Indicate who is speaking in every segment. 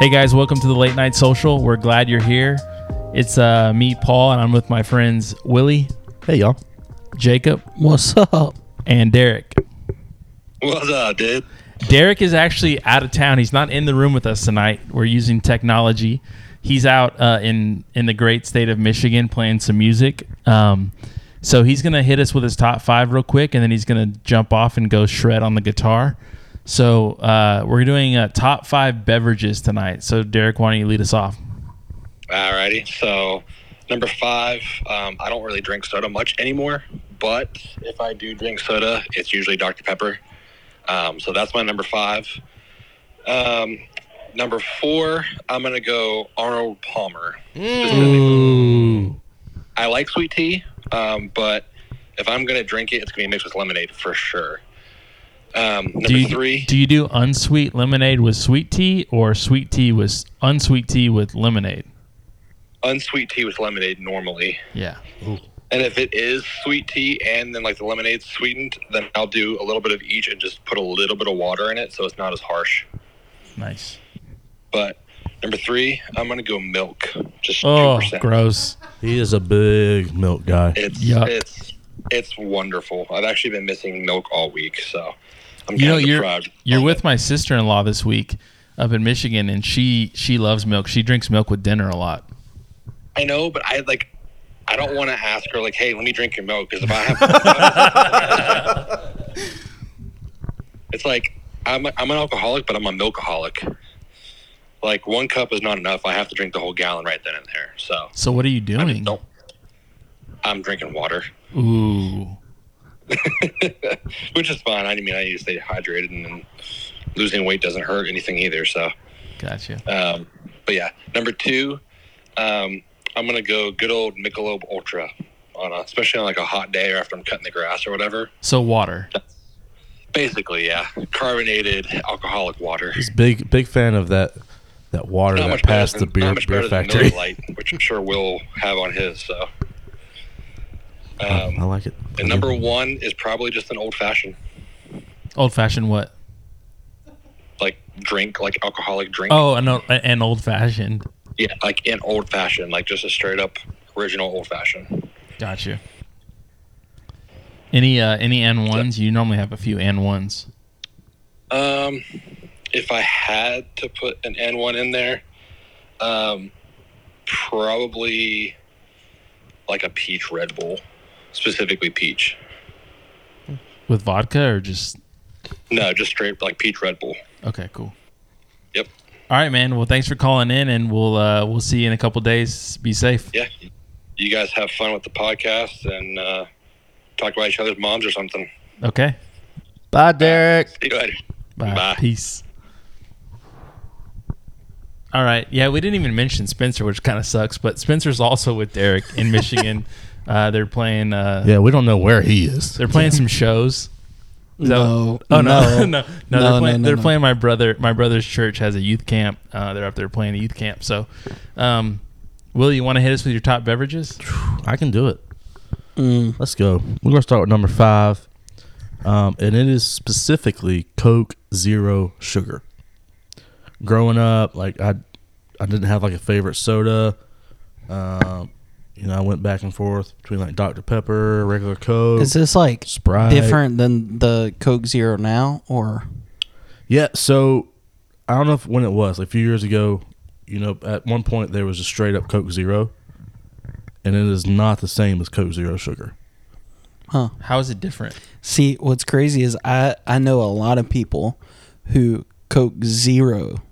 Speaker 1: Hey guys, welcome to the Late Night Social. We're glad you're here. It's uh, me, Paul, and I'm with my friends Willie,
Speaker 2: Hey y'all.
Speaker 1: Jacob,
Speaker 2: What's up?
Speaker 1: and Derek.
Speaker 3: What's up, dude?
Speaker 1: Derek is actually out of town. He's not in the room with us tonight. We're using technology. He's out uh, in in the great state of Michigan playing some music. Um, so he's gonna hit us with his top five real quick, and then he's gonna jump off and go shred on the guitar. So uh, we're doing uh, top five beverages tonight. So Derek, why don't you lead us off?
Speaker 3: Alrighty. So, number five, um, I don't really drink soda much anymore, but if I do drink soda, it's usually Dr. Pepper. Um, so that's my number five. Um, number four, I'm gonna go Arnold Palmer.
Speaker 1: Mm.
Speaker 2: Ooh.
Speaker 3: I like sweet tea, um, but if I'm gonna drink it, it's gonna be mixed with lemonade for sure. Um, number
Speaker 1: Do you,
Speaker 3: three,
Speaker 1: do you do unsweet lemonade with sweet tea or sweet tea with unsweet tea with lemonade?
Speaker 3: unsweet tea with lemonade normally.
Speaker 1: Yeah.
Speaker 3: And if it is sweet tea and then like the lemonade's sweetened, then I'll do a little bit of each and just put a little bit of water in it so it's not as harsh.
Speaker 1: Nice.
Speaker 3: But number three, I'm gonna go milk. Just
Speaker 1: Oh,
Speaker 3: 2%.
Speaker 1: gross.
Speaker 2: He is a big milk guy.
Speaker 3: It's
Speaker 1: Yuck.
Speaker 3: it's it's wonderful. I've actually been missing milk all week, so I'm
Speaker 1: you know
Speaker 3: kinda
Speaker 1: you're
Speaker 3: deprived.
Speaker 1: you're with my sister-in-law this week up in Michigan and she she loves milk. She drinks milk with dinner a lot.
Speaker 3: I know, but I like I don't want to ask her like, hey, let me drink your milk because if I have, it's like I'm a, I'm an alcoholic, but I'm a milkaholic. Like one cup is not enough. I have to drink the whole gallon right then and there. So
Speaker 1: So what are you
Speaker 3: I
Speaker 1: doing?
Speaker 3: just don't. I'm drinking water,
Speaker 1: Ooh.
Speaker 3: which is fine. I mean, I need to stay hydrated, and, and losing weight doesn't hurt anything either. So,
Speaker 1: Gotcha.
Speaker 3: um, but yeah, number two, um, I'm gonna go good old Michelob Ultra on a, especially on like a hot day or after I'm cutting the grass or whatever.
Speaker 1: So water.
Speaker 3: Basically, yeah, carbonated alcoholic water.
Speaker 2: He's big big fan of that that water
Speaker 3: Not
Speaker 2: that
Speaker 3: much better
Speaker 2: passed
Speaker 3: than,
Speaker 2: the beer
Speaker 3: not much
Speaker 2: beer
Speaker 3: better than
Speaker 2: factory.
Speaker 3: Miller Lite, which I'm sure Will have on his. So,
Speaker 2: I
Speaker 3: um,
Speaker 2: like it.
Speaker 3: and number one is probably just an old fashioned
Speaker 1: Old fashioned what?
Speaker 3: like drink, like alcoholic drink.
Speaker 1: Oh, an, o- an old fashioned.
Speaker 3: Yeah, like an old fashioned, like just a straight up original old fashioned.
Speaker 1: Gotcha. Any uh any N ones? You normally have a few N ones.
Speaker 3: Um, if I had to put an N one in there, um, probably like a peach Red Bull, specifically peach.
Speaker 1: With vodka or just
Speaker 3: No, just straight like peach Red Bull.
Speaker 1: Okay, cool.
Speaker 3: Yep.
Speaker 1: All right, man. Well, thanks for calling in and we'll uh we'll see you in a couple days. Be safe.
Speaker 3: Yeah, you guys have fun with the podcast and uh, talk about each other's moms or something.
Speaker 1: Okay.
Speaker 2: Bye, Derek.
Speaker 3: See you later.
Speaker 1: Bye.
Speaker 3: Bye.
Speaker 1: Peace. All right. Yeah, we didn't even mention Spencer, which kind of sucks, but Spencer's also with Derek in Michigan. uh, they're playing. Uh,
Speaker 2: Yeah, we don't know where he is.
Speaker 1: They're playing some shows. Is that-
Speaker 4: No.
Speaker 1: Oh no. No.
Speaker 4: No.
Speaker 1: no.
Speaker 4: No,
Speaker 1: They're
Speaker 4: no,
Speaker 1: playing.
Speaker 4: no,
Speaker 1: they're
Speaker 4: no.
Speaker 1: playing my brother. My brother's church has a youth camp. Uh, they're up there playing a youth camp. So, um, Will, you want to hit us with your top beverages?
Speaker 2: I can do it. Let's go. We're gonna start with number five, um, and it is specifically Coke Zero Sugar. Growing up, like I, I didn't have like a favorite soda. Um, you know, I went back and forth between like Dr Pepper, regular Coke,
Speaker 4: Is this like
Speaker 2: Sprite.
Speaker 4: different than the Coke Zero now, or
Speaker 2: Yeah, so I don't know if, when it was, like a few years ago, you know, at one point there was a straight up Coke Zero, and it is not the same as Coke Zero Sugar.
Speaker 4: huh?
Speaker 1: How is it different?
Speaker 4: See, what's crazy is I I know a lot of people who Coke Zero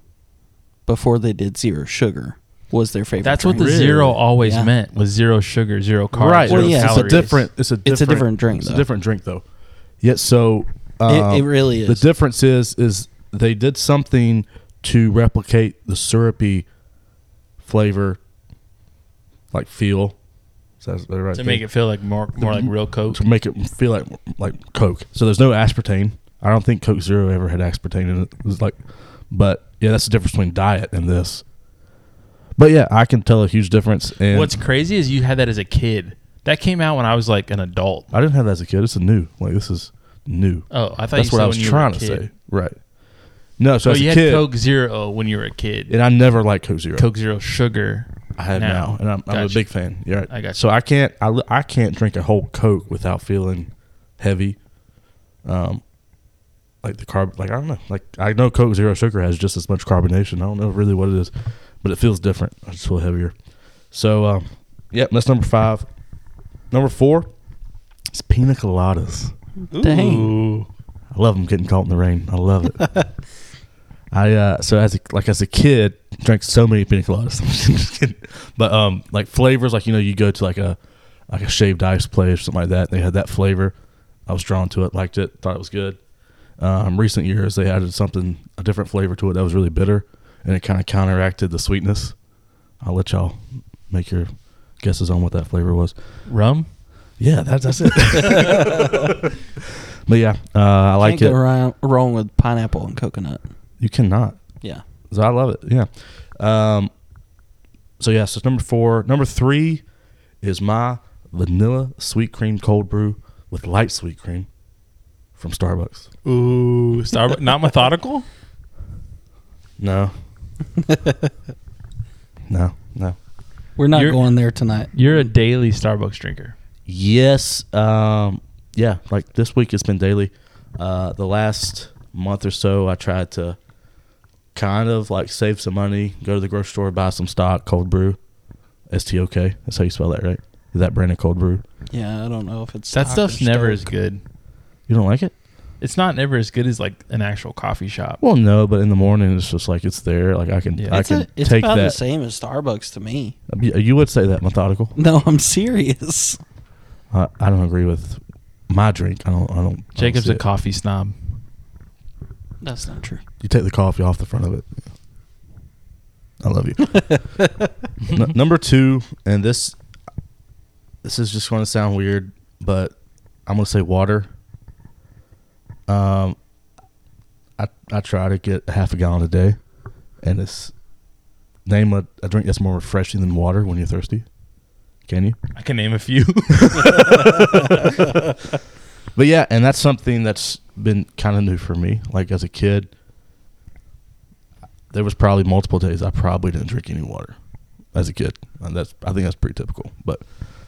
Speaker 4: before they did zero sugar was their favorite.
Speaker 1: That's what the
Speaker 4: drink.
Speaker 2: Really?
Speaker 1: zero always
Speaker 4: Yeah.
Speaker 1: meant was zero sugar, zero carbs,
Speaker 2: right.
Speaker 1: zero
Speaker 4: Well, yeah,
Speaker 2: it's
Speaker 1: calories.
Speaker 2: a different. It's a different,
Speaker 4: a different drink,
Speaker 2: It's a
Speaker 4: though.
Speaker 2: different drink though. Yeah. So um,
Speaker 4: it really
Speaker 2: The
Speaker 4: is.
Speaker 2: difference is is they did something to replicate the syrupy flavor, like feel. Is that the right?
Speaker 1: to
Speaker 2: thing?
Speaker 1: make it feel like more more like real Coke.
Speaker 2: to make it feel like like Coke. So there's no aspartame. I don't think Coke Zero ever had aspartame in it. It was like, but yeah, that's the difference between diet and this. But yeah, I can tell a huge difference. And
Speaker 1: What's crazy is you had that as a kid. That came out when I was like an adult.
Speaker 2: I didn't have that as a kid. It's a new. Like this is new.
Speaker 1: Oh, I thought
Speaker 2: That's
Speaker 1: you
Speaker 2: what
Speaker 1: said
Speaker 2: I was
Speaker 1: when you
Speaker 2: trying
Speaker 1: were a
Speaker 2: to
Speaker 1: kid.
Speaker 2: say. Right. No, so
Speaker 1: So
Speaker 2: as
Speaker 1: you
Speaker 2: a
Speaker 1: had
Speaker 2: kid,
Speaker 1: Coke Zero when you were a kid.
Speaker 2: and I never liked Coke Zero.
Speaker 1: Coke Zero sugar.
Speaker 2: I have now, and I'm, I'm a
Speaker 1: Gotcha.
Speaker 2: big fan. Yeah,
Speaker 1: I got
Speaker 2: So I can't I, li- I can't drink a whole Coke without feeling heavy, um, like the carb. Like I don't know. Like I know Coke Zero Sugar has just as much carbonation. I don't know really what it is, but it feels different. I just feel heavier. So um, yep, that's number five. Number four is pina coladas.
Speaker 4: Dang.
Speaker 1: Ooh.
Speaker 2: I love them getting caught in the rain. I love it. I uh, so as a, like as a kid, drank so many pina coladas. I'm just kidding. But um, like flavors, like you know, you go to like a like a shaved ice place or something like that. They had that flavor. I was drawn to it, liked it, thought it was good. Um, recent years, they added something a different flavor to it that was really bitter, and it kind of counteracted the sweetness. I'll let y'all make your guesses on what that flavor was.
Speaker 1: Rum?
Speaker 2: Yeah, that's that's it. but yeah, uh, I like
Speaker 4: Can't go
Speaker 2: it.
Speaker 4: ri- wrong with pineapple and coconut.
Speaker 2: You cannot.
Speaker 4: Yeah.
Speaker 2: So I love it. Yeah. Um, so yeah, so it's number four. Number three is my vanilla sweet cream cold brew with light sweet cream from Starbucks.
Speaker 1: Ooh. Starbucks. Not methodical?
Speaker 2: No. no. No.
Speaker 4: We're not
Speaker 1: You're-
Speaker 4: going there tonight.
Speaker 1: You're a daily Starbucks drinker.
Speaker 2: Yes. Um, yeah. Like this week, it's been daily. Uh, the last month or so, I tried to kind of like save some money, go to the grocery store, buy some stock, cold brew, STOK. That's how you spell that, right? Is that brand of cold brew?
Speaker 4: Yeah, I don't know if it's
Speaker 1: That
Speaker 4: stock
Speaker 1: stuff's
Speaker 4: or
Speaker 1: never as
Speaker 4: stoke.
Speaker 1: good.
Speaker 2: You don't like it?
Speaker 1: It's not never as good as like an actual coffee shop.
Speaker 2: Well, no, but in the morning, it's just like it's there. Like I can,
Speaker 1: Yeah.
Speaker 2: I
Speaker 4: It's,
Speaker 2: can
Speaker 4: a, it's
Speaker 2: take
Speaker 4: about the
Speaker 2: that.
Speaker 4: same as Starbucks to me.
Speaker 2: You you would say that methodical.
Speaker 4: No, I'm serious.
Speaker 2: I, I don't agree with my drink. I don't. I don't. I don't
Speaker 1: Jacob's
Speaker 2: see
Speaker 1: a
Speaker 2: it.
Speaker 1: coffee snob.
Speaker 4: That's not true.
Speaker 2: You take the coffee off the front of it. I love you. N- number two, and this this is just going to sound weird, but I'm going to say water. Um, I I try to get half a gallon a day, and it's name a, a drink that's more refreshing than water when you're thirsty. Can you?
Speaker 1: I can name a few.
Speaker 2: But yeah, and that's something that's been kind of new for me. Like as a kid, there was probably multiple days I probably didn't drink any water as a kid. And that's I think that's pretty typical. But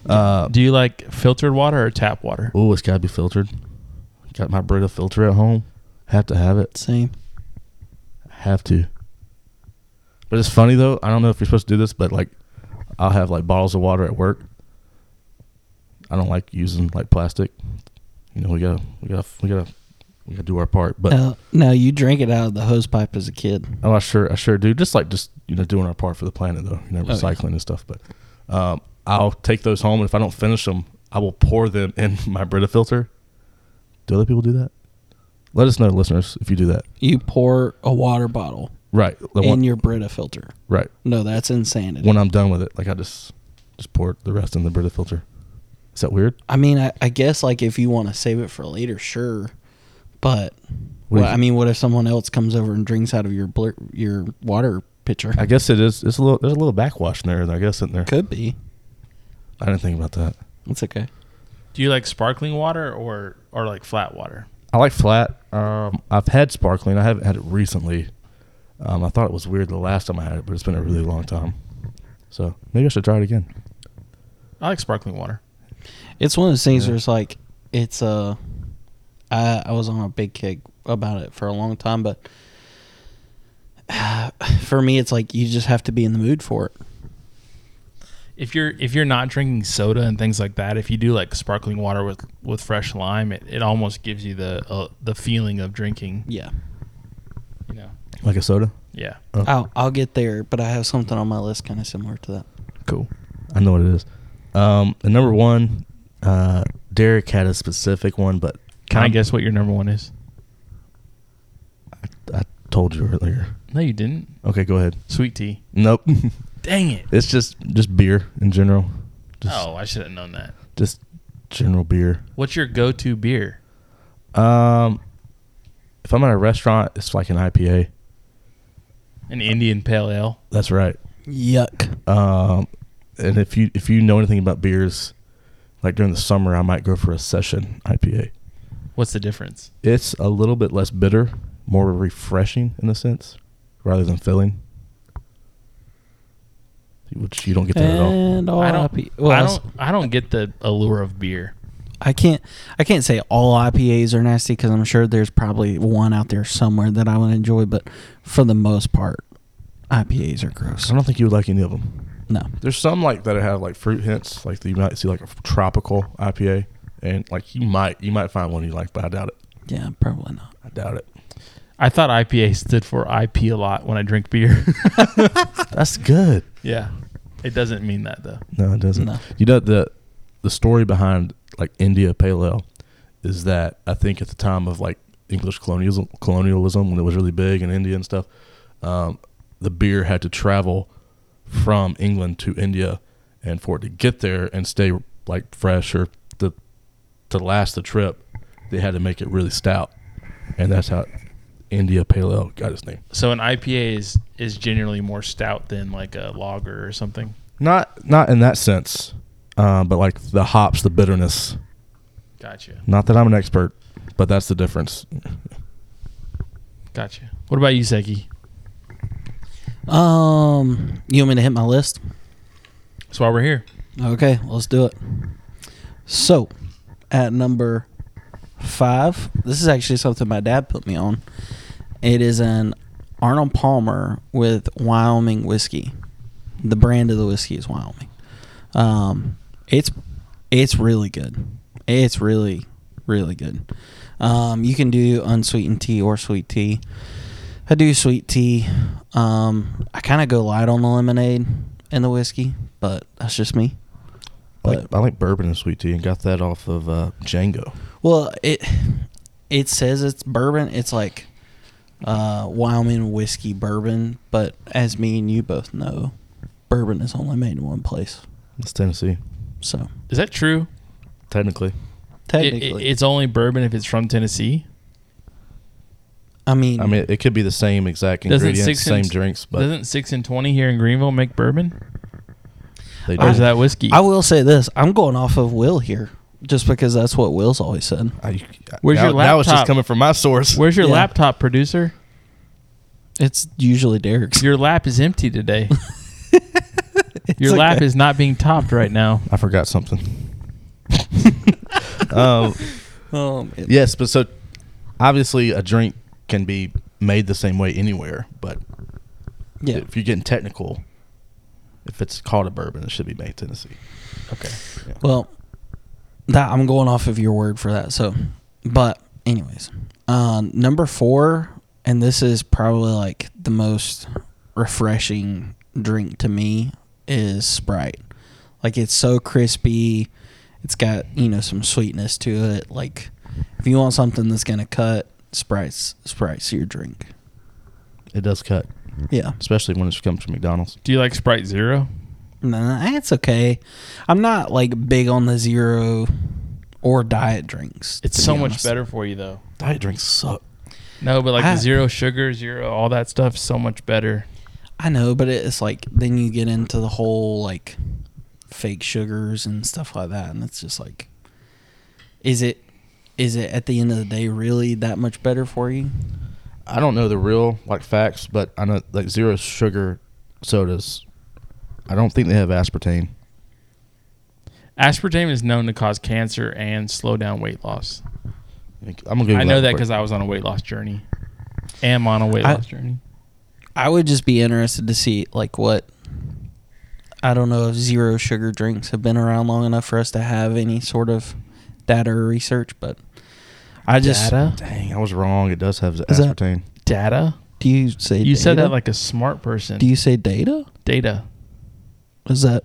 Speaker 2: uh,
Speaker 1: Do you like filtered water or tap water?
Speaker 2: oh, it's got to be filtered. Got my Brita filter at home. Have to have it.
Speaker 4: Same.
Speaker 2: Have to. But it's funny though. I don't know if you're supposed to do this, but like, I'll have like bottles of water at work. I don't like using like plastic. You know, we gotta, we gotta, we gotta, we gotta do our part. But
Speaker 4: No, no, you drank it out of the hose pipe as a kid.
Speaker 2: Oh, I sure, I sure do. Just like just you know, doing our part for the planet, though. You know,
Speaker 4: Oh, yeah.
Speaker 2: recycling and stuff. But um, I'll take those home, and if I don't finish them, I will pour them in my Brita filter. Do other people do that? Let us know, listeners, if you do that.
Speaker 4: You pour a water bottle
Speaker 2: Right, the
Speaker 4: in
Speaker 2: one,
Speaker 4: your Brita filter.
Speaker 2: right.
Speaker 4: No, that's insanity.
Speaker 2: When I'm done with it, like I just just pour the rest in the Brita filter. Is that weird?
Speaker 4: I mean, I, I guess like if you want to save it for later, sure. But
Speaker 2: What
Speaker 4: well,
Speaker 2: if-
Speaker 4: I mean, what if someone else comes over and drinks out of your blur, your water pitcher?
Speaker 2: I guess it is. It's a little. There's a little backwash in there. I guess in there.
Speaker 4: Could be.
Speaker 2: I didn't think about that.
Speaker 4: It's okay.
Speaker 1: Do you like sparkling water or or like flat water?
Speaker 2: I like flat. Um, I've had sparkling. I haven't had it recently. Um, I thought it was weird the last time I had it, but it's been a really long time. So maybe I should try it again.
Speaker 1: I like sparkling water.
Speaker 4: It's one of those things where it's like it's uh I I was on a big kick about it for a long time, but for me it's like you just have to be in the mood for it.
Speaker 1: If you're if you're not drinking soda and things like that, if you do like sparkling water with with fresh lime, it, it almost gives you the uh, the feeling of drinking.
Speaker 4: Yeah.
Speaker 1: You know.
Speaker 2: Like a soda. Oh,
Speaker 1: Yeah.
Speaker 4: I'll I'll get there, but I have something on my list kind of similar to that.
Speaker 2: Cool. I know what it is. Um, and number one, uh, Derek had a specific one, but
Speaker 1: Can I
Speaker 2: I'm-
Speaker 1: guess what your number one is?
Speaker 2: I told you earlier.
Speaker 1: No, you didn't.
Speaker 2: Okay, go ahead.
Speaker 1: Sweet tea.
Speaker 2: Nope.
Speaker 1: Dang it.
Speaker 2: it's just just beer in general. Just,
Speaker 1: oh, I should have known that.
Speaker 2: Just general beer.
Speaker 1: What's your go-to beer?
Speaker 2: Um, if I'm at a restaurant, it's like an IPA.
Speaker 1: An Indian pale ale.
Speaker 2: That's right.
Speaker 4: Yuck.
Speaker 2: Um, and if you if you know anything about beers, like during the summer, I might go for a session IPA.
Speaker 1: What's the difference?
Speaker 2: It's a little bit less bitter more refreshing in a sense rather than filling, which you don't get that at all.
Speaker 4: And all
Speaker 1: I don't.
Speaker 4: IP well,
Speaker 1: I
Speaker 4: Oh, I,
Speaker 1: don't. I don't get the allure of beer.
Speaker 4: I can't. I can't say all IPAs are nasty because I'm sure there's probably one out there somewhere that I would enjoy. But for the most part, IPAs are gross.
Speaker 2: I don't think you would like any of them.
Speaker 4: No,
Speaker 2: There's some like that have like fruit hints, like you might see like a tropical IPA, and like you might you might find one you like, but I doubt it.
Speaker 4: yeah, probably not.
Speaker 2: I doubt it.
Speaker 1: I thought IPA stood for IP a lot when I drink beer.
Speaker 2: That's good.
Speaker 1: yeah, it doesn't mean that though.
Speaker 2: No, it doesn't.
Speaker 4: No.
Speaker 2: You know the the story behind like India Pale Ale is that I think at the time of like English colonialism, colonialism when it was really big in India and stuff, um, the beer had to travel from England to India, and for it to get there and stay like fresh or the to last the trip, they had to make it really stout, and that's how India Pale Ale got its name.
Speaker 1: So an IPA is is generally more stout than like a lager or something.
Speaker 2: Not not in that sense, uh, but like the hops, the bitterness.
Speaker 1: Gotcha.
Speaker 2: Not that I'm an expert, but that's the difference.
Speaker 1: Gotcha. What about you, Zeki?
Speaker 4: Um, you want me to hit my list?
Speaker 1: That's why we're here.
Speaker 4: Okay, let's do it. So, at number five, this is actually something my dad put me on. It is an Arnold Palmer with Wyoming whiskey. The brand of the whiskey is Wyoming. Um, it's it's really good. It's really really good. Um, you can do unsweetened tea or sweet tea. I do sweet tea. Um, I kind of go light on the lemonade and the whiskey, but that's just me.
Speaker 2: I like,
Speaker 4: But-
Speaker 2: I like bourbon and sweet tea and got that off of uh, Django.
Speaker 4: Well, it it says it's bourbon. It's like uh, Wyoming whiskey bourbon, but as me and you both know, bourbon is only made in one place.
Speaker 2: It's Tennessee,
Speaker 4: So
Speaker 1: Is that true?
Speaker 2: technically.
Speaker 1: It- it-
Speaker 4: technically,
Speaker 1: it's only bourbon if it's from Tennessee.
Speaker 4: I mean,
Speaker 2: I mean, it could be the same exact
Speaker 1: Doesn't
Speaker 2: ingredients,
Speaker 1: six
Speaker 2: same
Speaker 1: and-
Speaker 2: drinks, but
Speaker 1: Doesn't six and twenty here in Greenville make bourbon?
Speaker 2: they
Speaker 1: Or is
Speaker 2: do.
Speaker 1: that whiskey?
Speaker 4: I will say this: I'm going off of Will here, just because that's what Will's always said.
Speaker 2: I,
Speaker 1: Where's
Speaker 2: now,
Speaker 1: your
Speaker 2: Now it's just
Speaker 1: laptop?
Speaker 2: coming from my source.
Speaker 1: Where's your
Speaker 4: Yeah.
Speaker 1: laptop, producer?
Speaker 4: It's usually Derek's.
Speaker 1: Your lap is empty today. Your
Speaker 4: It's
Speaker 1: lap
Speaker 4: okay.
Speaker 1: is not being topped right now.
Speaker 2: I forgot something. um,
Speaker 4: Um, it-
Speaker 2: yes, but so obviously a drink can be made the same way anywhere, but
Speaker 4: yeah.
Speaker 2: if you're getting technical, if it's called a bourbon, it should be made in Tennessee.
Speaker 1: Okay.
Speaker 4: Well, that I'm going off of your word for that. So, but anyways, uh, number four, and this is probably like the most refreshing drink to me is Sprite. Like it's so crispy. It's got you know some sweetness to it. Like if you want something that's gonna cut, Sprite's Sprite's your drink.
Speaker 2: It does cut,
Speaker 4: Yeah.
Speaker 2: especially when it comes from McDonald's.
Speaker 1: Do you like Sprite Zero?
Speaker 4: Nah, it's okay. I'm not like big on the zero or diet drinks.
Speaker 1: It's
Speaker 4: to
Speaker 1: so
Speaker 4: be
Speaker 1: much
Speaker 4: honest.
Speaker 1: better for you though.
Speaker 2: Diet drinks suck.
Speaker 1: No, but like
Speaker 4: I-
Speaker 1: the zero sugar, zero, all that stuff, is so much better.
Speaker 4: I know, but it's like then you get into the whole like fake sugars and stuff like that, and it's just like, is it is it at the end of the day really that much better for you?
Speaker 2: I don't know the real like facts, but I know like zero sugar sodas. I don't think they have aspartame.
Speaker 1: Aspartame is known to cause cancer and slow down weight loss.
Speaker 2: I'm gonna Google
Speaker 1: I know that
Speaker 2: real
Speaker 1: because
Speaker 2: quick.
Speaker 1: I was on a weight loss journey. Am on a weight
Speaker 4: I-
Speaker 1: loss journey.
Speaker 4: I would just be interested to see like what I don't know if zero sugar drinks have been around long enough for us to have any sort of data or research, but I just
Speaker 2: dang, I was wrong. It does have
Speaker 4: Is that-
Speaker 2: aspartame.
Speaker 1: Data?
Speaker 4: do you say
Speaker 1: You said
Speaker 4: data?
Speaker 1: that like a smart person.
Speaker 4: do you say data?
Speaker 1: data.
Speaker 4: Is that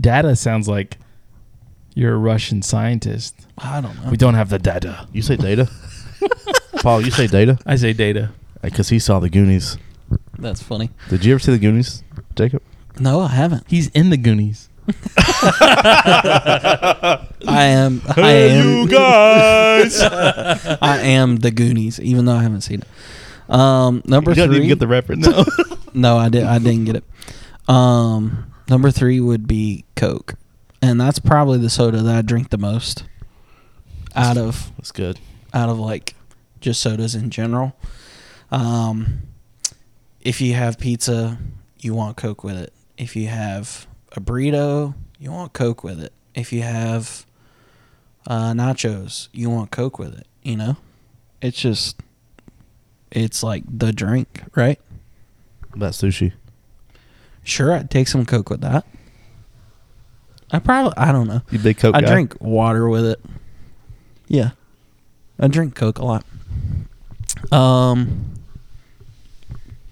Speaker 1: Data sounds like you're a Russian scientist.
Speaker 4: I don't know.
Speaker 1: We don't have the data.
Speaker 2: You say data, Paul? You say data
Speaker 1: I say data.
Speaker 2: because he saw the Goonies.
Speaker 4: That's funny.
Speaker 2: Did you ever see the Goonies, Jacob?
Speaker 4: No, I haven't.
Speaker 1: He's in the Goonies.
Speaker 4: I am. I am.
Speaker 2: guys.
Speaker 4: I am the Goonies, even though I haven't seen it. Um, number
Speaker 2: you don't
Speaker 4: three.
Speaker 2: even get the reference. No.
Speaker 4: no, I did. I didn't get it. Um, number three would be Coke, and that's probably the soda that I drink the most. Out of
Speaker 2: That's good.
Speaker 4: out of like just sodas in general. Um, if you have pizza, you want Coke with it. If you have a burrito, you want Coke with it. If you have uh, nachos, you want Coke with it. You know, it's just, it's like the drink, right?
Speaker 2: About sushi.
Speaker 4: Sure, I'd take some Coke with that. I probably, I don't know.
Speaker 2: You big Coke
Speaker 4: I
Speaker 2: guy?
Speaker 4: drink water with it. Yeah. I drink Coke a lot. Um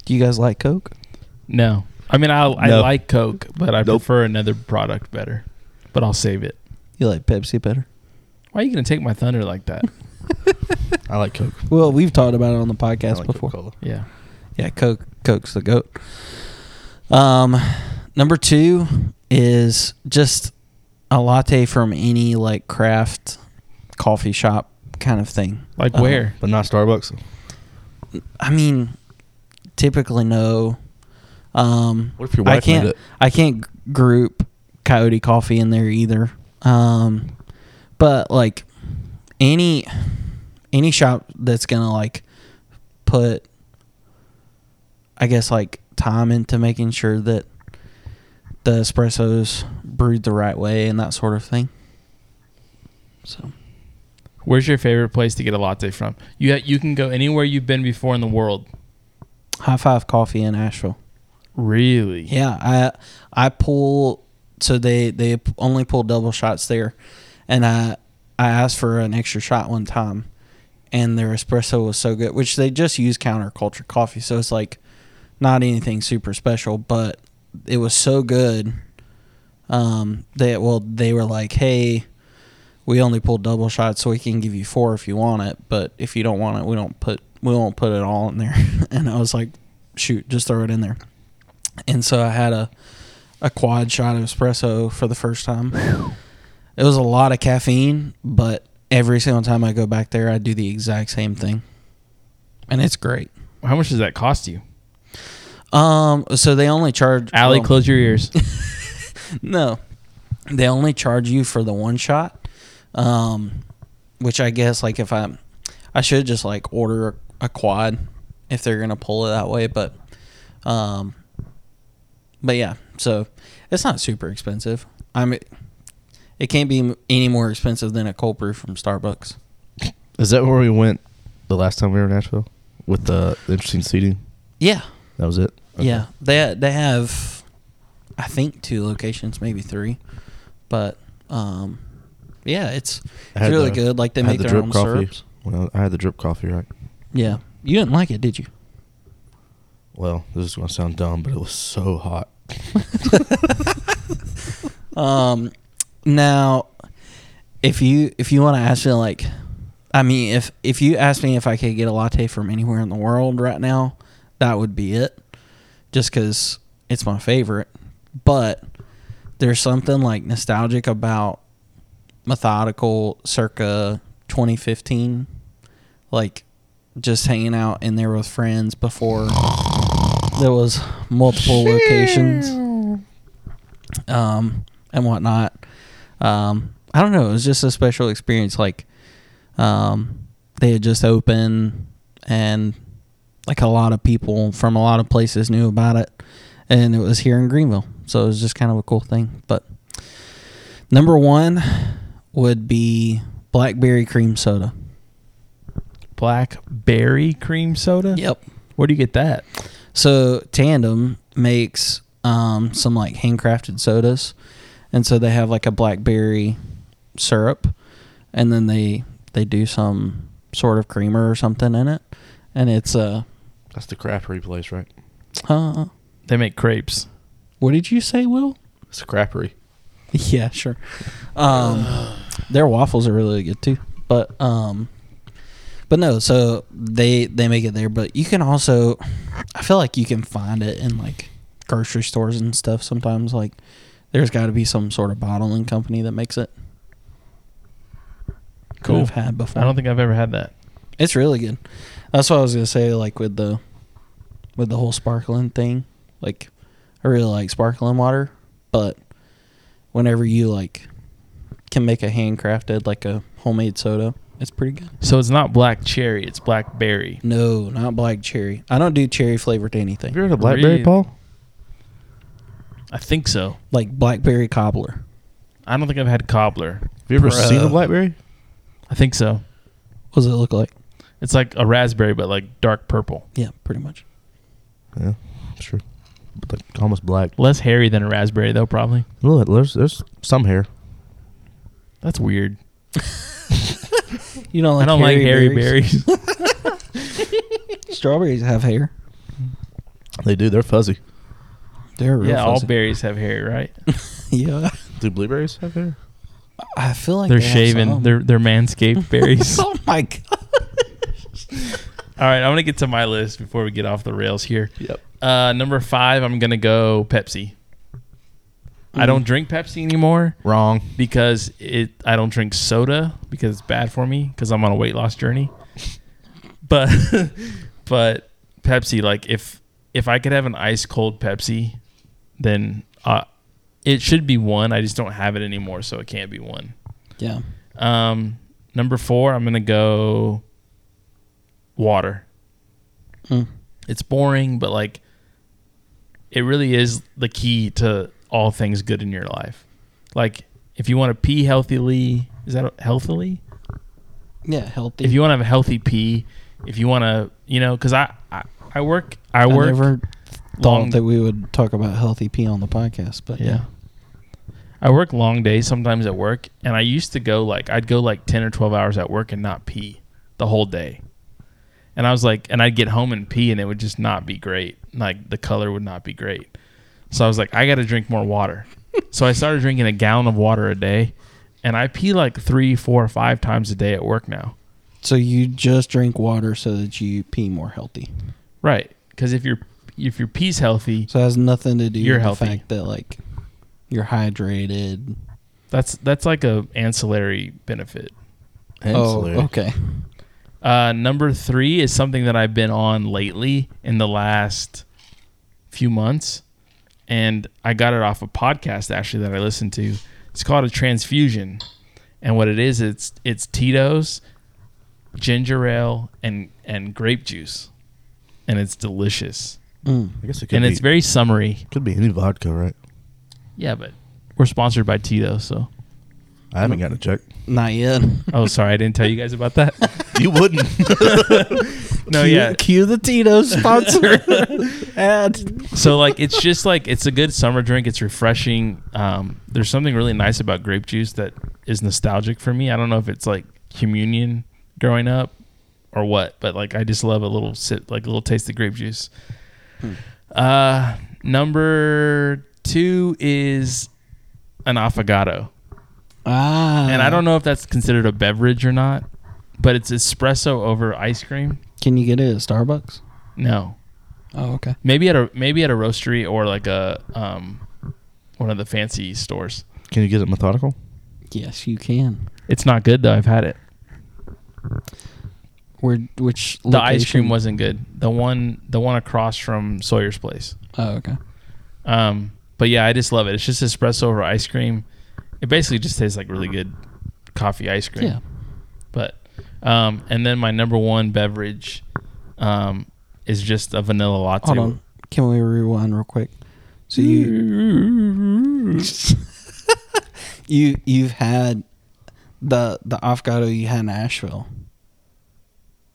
Speaker 4: Do you guys like Coke?
Speaker 1: No, I mean I I
Speaker 2: No.
Speaker 1: like Coke, but I
Speaker 2: Nope.
Speaker 1: prefer another product better. But I'll save it.
Speaker 4: You like Pepsi better?
Speaker 1: Why are you gonna take my thunder like that?
Speaker 2: I like Coke.
Speaker 4: Well, we've talked about it on the
Speaker 2: I
Speaker 4: podcast
Speaker 2: like
Speaker 4: before.
Speaker 2: Coca-Cola.
Speaker 1: yeah.
Speaker 4: Yeah, Coke Coke's the goat. Um number 2 is just a latte from any like craft coffee shop kind of thing.
Speaker 1: Like
Speaker 4: Um,
Speaker 1: where?
Speaker 2: But not Starbucks.
Speaker 4: I mean, typically no. Um,
Speaker 2: What if your
Speaker 4: I
Speaker 2: wife made
Speaker 4: can't.
Speaker 2: it?
Speaker 4: I can't g- group Coyote Coffee in there either. Um, but like any any shop that's gonna like put, I guess like time into making sure that the espressos brewed the right way and that sort of thing. So
Speaker 1: Where's your favorite place to get a latte from? You ha- you can go anywhere you've been before in the world.
Speaker 4: high five coffee in Asheville.
Speaker 1: Really?
Speaker 4: Yeah, I I pull so they they only pull double shots there, and I I asked for an extra shot one time, and their espresso was so good, which they just use counterculture coffee, so it's like not anything super special, but it was so good. Um, they well they were like, hey. We only pull double shots, so we can give you four if you want it. But if you don't want it, we don't put we won't put it all in there. and I was like, shoot, just throw it in there and so I had a a quad shot of espresso for the first time. It was a lot of caffeine, but every single time I go back there, I do the exact same thing, and it's great.
Speaker 1: How much does that cost you?
Speaker 4: Um, so they only charge
Speaker 1: Allie,
Speaker 4: well,
Speaker 1: close your ears.
Speaker 4: No, they only charge you for the one shot, um, which I guess like if I, I should just like order a quad if they're gonna pull it that way, but, um, but yeah, so it's not super expensive. I mean, it can't be m- any more expensive than a cold brew from Starbucks.
Speaker 2: Is that where we went the last time we were in Nashville with the interesting seating?
Speaker 4: Yeah,
Speaker 2: That was it. Okay.
Speaker 4: yeah, they they have, I think two locations, maybe three, but um, yeah, it's
Speaker 2: I
Speaker 4: it's
Speaker 2: had
Speaker 4: really
Speaker 2: the-
Speaker 4: good. Like they
Speaker 2: I had
Speaker 4: make
Speaker 2: the
Speaker 4: their
Speaker 2: drip
Speaker 4: own
Speaker 2: coffee.
Speaker 4: syrups.
Speaker 2: Well, I had the drip coffee, right?
Speaker 4: Yeah, you didn't like it, did you?
Speaker 2: Well, this is gonna sound dumb, but it was so hot.
Speaker 4: Um, now, if you if you want to ask me, like, I mean, if if you asked me if I could get a latte from anywhere in the world right now, that would be it, just because it's my favorite. But there's something like nostalgic about methodical circa 2015, like just hanging out in there with friends before there was multiple locations um, and whatnot. Um, I don't know. It was just a special experience. Like, um, they had just opened, and like a lot of people from a lot of places knew about it, and it was here in Greenville, so it was just kind of a cool thing. But number one would be blackberry cream soda.
Speaker 1: Blackberry cream soda.
Speaker 4: Yep.
Speaker 1: Where do you get that?
Speaker 4: So Tandem makes um, some like handcrafted sodas, and so they have like a blackberry syrup, and then they they do some sort of creamer or something in it, and it's uh,
Speaker 2: That's the crappery place, right?
Speaker 4: uh
Speaker 1: They make crepes.
Speaker 4: what did you say, Will?
Speaker 2: It's a crappery.
Speaker 4: yeah, sure. Um, their waffles are really good too, but um, but no, so they they make it there, but you can also, I feel like you can find it in like grocery stores and stuff sometimes. Like, there's got to be some sort of bottling company that makes it. Could have had before.
Speaker 1: I don't think I've ever had that.
Speaker 4: it's really good. That's what I was gonna say. Like with the with the whole sparkling thing, like I really like sparkling water, but whenever you like can make a handcrafted like a homemade soda It's pretty good.
Speaker 1: So it's not black cherry, it's black berry.
Speaker 4: No, not black cherry. I don't do cherry flavored to
Speaker 2: Have you
Speaker 4: anything.
Speaker 2: heard of blackberry,
Speaker 1: Really?
Speaker 2: Paul?
Speaker 1: I think so.
Speaker 4: Like blackberry cobbler.
Speaker 1: I don't think I've had cobbler.
Speaker 2: Have you ever
Speaker 4: Bruh.
Speaker 2: seen a blackberry?
Speaker 1: I think so.
Speaker 4: What does it look like?
Speaker 1: It's like a raspberry, but like dark purple.
Speaker 4: Yeah, pretty much.
Speaker 2: Yeah, sure. But like almost black.
Speaker 1: Less hairy than a raspberry, though, probably.
Speaker 2: Look, there's there's some hair.
Speaker 1: That's weird.
Speaker 4: You don't like
Speaker 1: I don't like hairy
Speaker 4: berries?
Speaker 1: berries.
Speaker 4: Strawberries have hair.
Speaker 2: They do. They're fuzzy.
Speaker 4: They're real
Speaker 1: yeah, all
Speaker 4: fuzzy.
Speaker 1: berries have hair, right?
Speaker 4: yeah.
Speaker 2: Do blueberries have hair?
Speaker 4: I feel like
Speaker 1: They're
Speaker 4: they have
Speaker 1: shaven.
Speaker 4: some.
Speaker 1: They're they're manscaped berries. All
Speaker 4: oh my god.
Speaker 1: right, I'm gonna get to my list before we get off the rails here.
Speaker 2: Yep.
Speaker 1: Uh, number five, I'm gonna go Pepsi. I don't drink Pepsi anymore
Speaker 2: Wrong.
Speaker 1: because it. I don't drink soda because it's bad for me because I'm on a weight loss journey. But but Pepsi, like if if I could have an ice cold Pepsi, then uh, it should be one. I just don't have it anymore, so it can't be one.
Speaker 4: Yeah.
Speaker 1: Um, number four, I'm gonna go water.
Speaker 4: Mm.
Speaker 1: It's boring, but like it really is the key to all things good in your life. Like if you want to pee healthily, is that healthily?
Speaker 4: Yeah, healthy.
Speaker 1: If you want to have a healthy pee, if you want to, you know, because I, I I work I
Speaker 4: I
Speaker 1: work
Speaker 4: never
Speaker 1: long-
Speaker 4: thought that we would talk about healthy pee on the podcast, but yeah.
Speaker 1: Yeah. I work long days sometimes at work, and I used to go like I'd go like ten or twelve hours at work and not pee the whole day, and I was like, and I'd get home and pee, and it would just not be great. Like the color would not be great, so I was like, I got to drink more water. so I started drinking a gallon of water a day, and I pee like three, four, five times a day at work now.
Speaker 4: So you just drink water so that you pee more healthy.
Speaker 1: Right? Because if your if your pee's healthy,
Speaker 4: So it has nothing to do
Speaker 1: You're
Speaker 4: with
Speaker 1: healthy.
Speaker 4: the fact that like you're hydrated.
Speaker 1: that's that's like a ancillary benefit.
Speaker 2: Ancillary.
Speaker 4: Oh, okay.
Speaker 1: Uh, number three is something that I've been on lately in the last few months, and I got it off a podcast actually that I listened to. It's called a transfusion, and what it is, it's it's Tito's, ginger ale, and and grape juice, and it's delicious,
Speaker 4: Mm.
Speaker 2: I guess it could
Speaker 1: and
Speaker 2: be.
Speaker 1: it's very summery.
Speaker 2: could be any vodka, right?
Speaker 1: Yeah, but we're sponsored by Tito, so
Speaker 2: I haven't gotten a check.
Speaker 4: Not yet.
Speaker 1: oh sorry I didn't tell you guys about that.
Speaker 2: You wouldn't.
Speaker 1: No,
Speaker 4: cue,
Speaker 1: yeah,
Speaker 4: Cue the Tito sponsor ad.
Speaker 1: so like it's just like it's a good summer drink it's refreshing um, there's something really nice about grape juice that is nostalgic for me i don't know if it's like communion growing up or what but like i just love a little sip like a little taste of grape juice uh number two is an affogato
Speaker 4: Ah.
Speaker 1: and i don't know if that's considered a beverage or not but it's espresso over ice cream
Speaker 4: Can you get it at Starbucks?
Speaker 1: no
Speaker 4: Oh, okay.
Speaker 1: maybe at a maybe at a roastery or like a um one of the fancy stores
Speaker 2: Can you get it methodical?
Speaker 4: Yes, you can.
Speaker 1: It's not good though. I've had it.
Speaker 4: Where which
Speaker 1: The ice cream
Speaker 4: location-
Speaker 1: wasn't good. The one the one across from Sawyer's place.
Speaker 4: Oh, okay.
Speaker 1: Um, but yeah, I just love it. It's just espresso over ice cream. It basically just tastes like really good coffee ice cream.
Speaker 4: Yeah.
Speaker 1: But um, and then my number one beverage um, is just a vanilla latte.
Speaker 4: Hold on. Can we rewind real quick? So you you you've had the the avocado you had in Asheville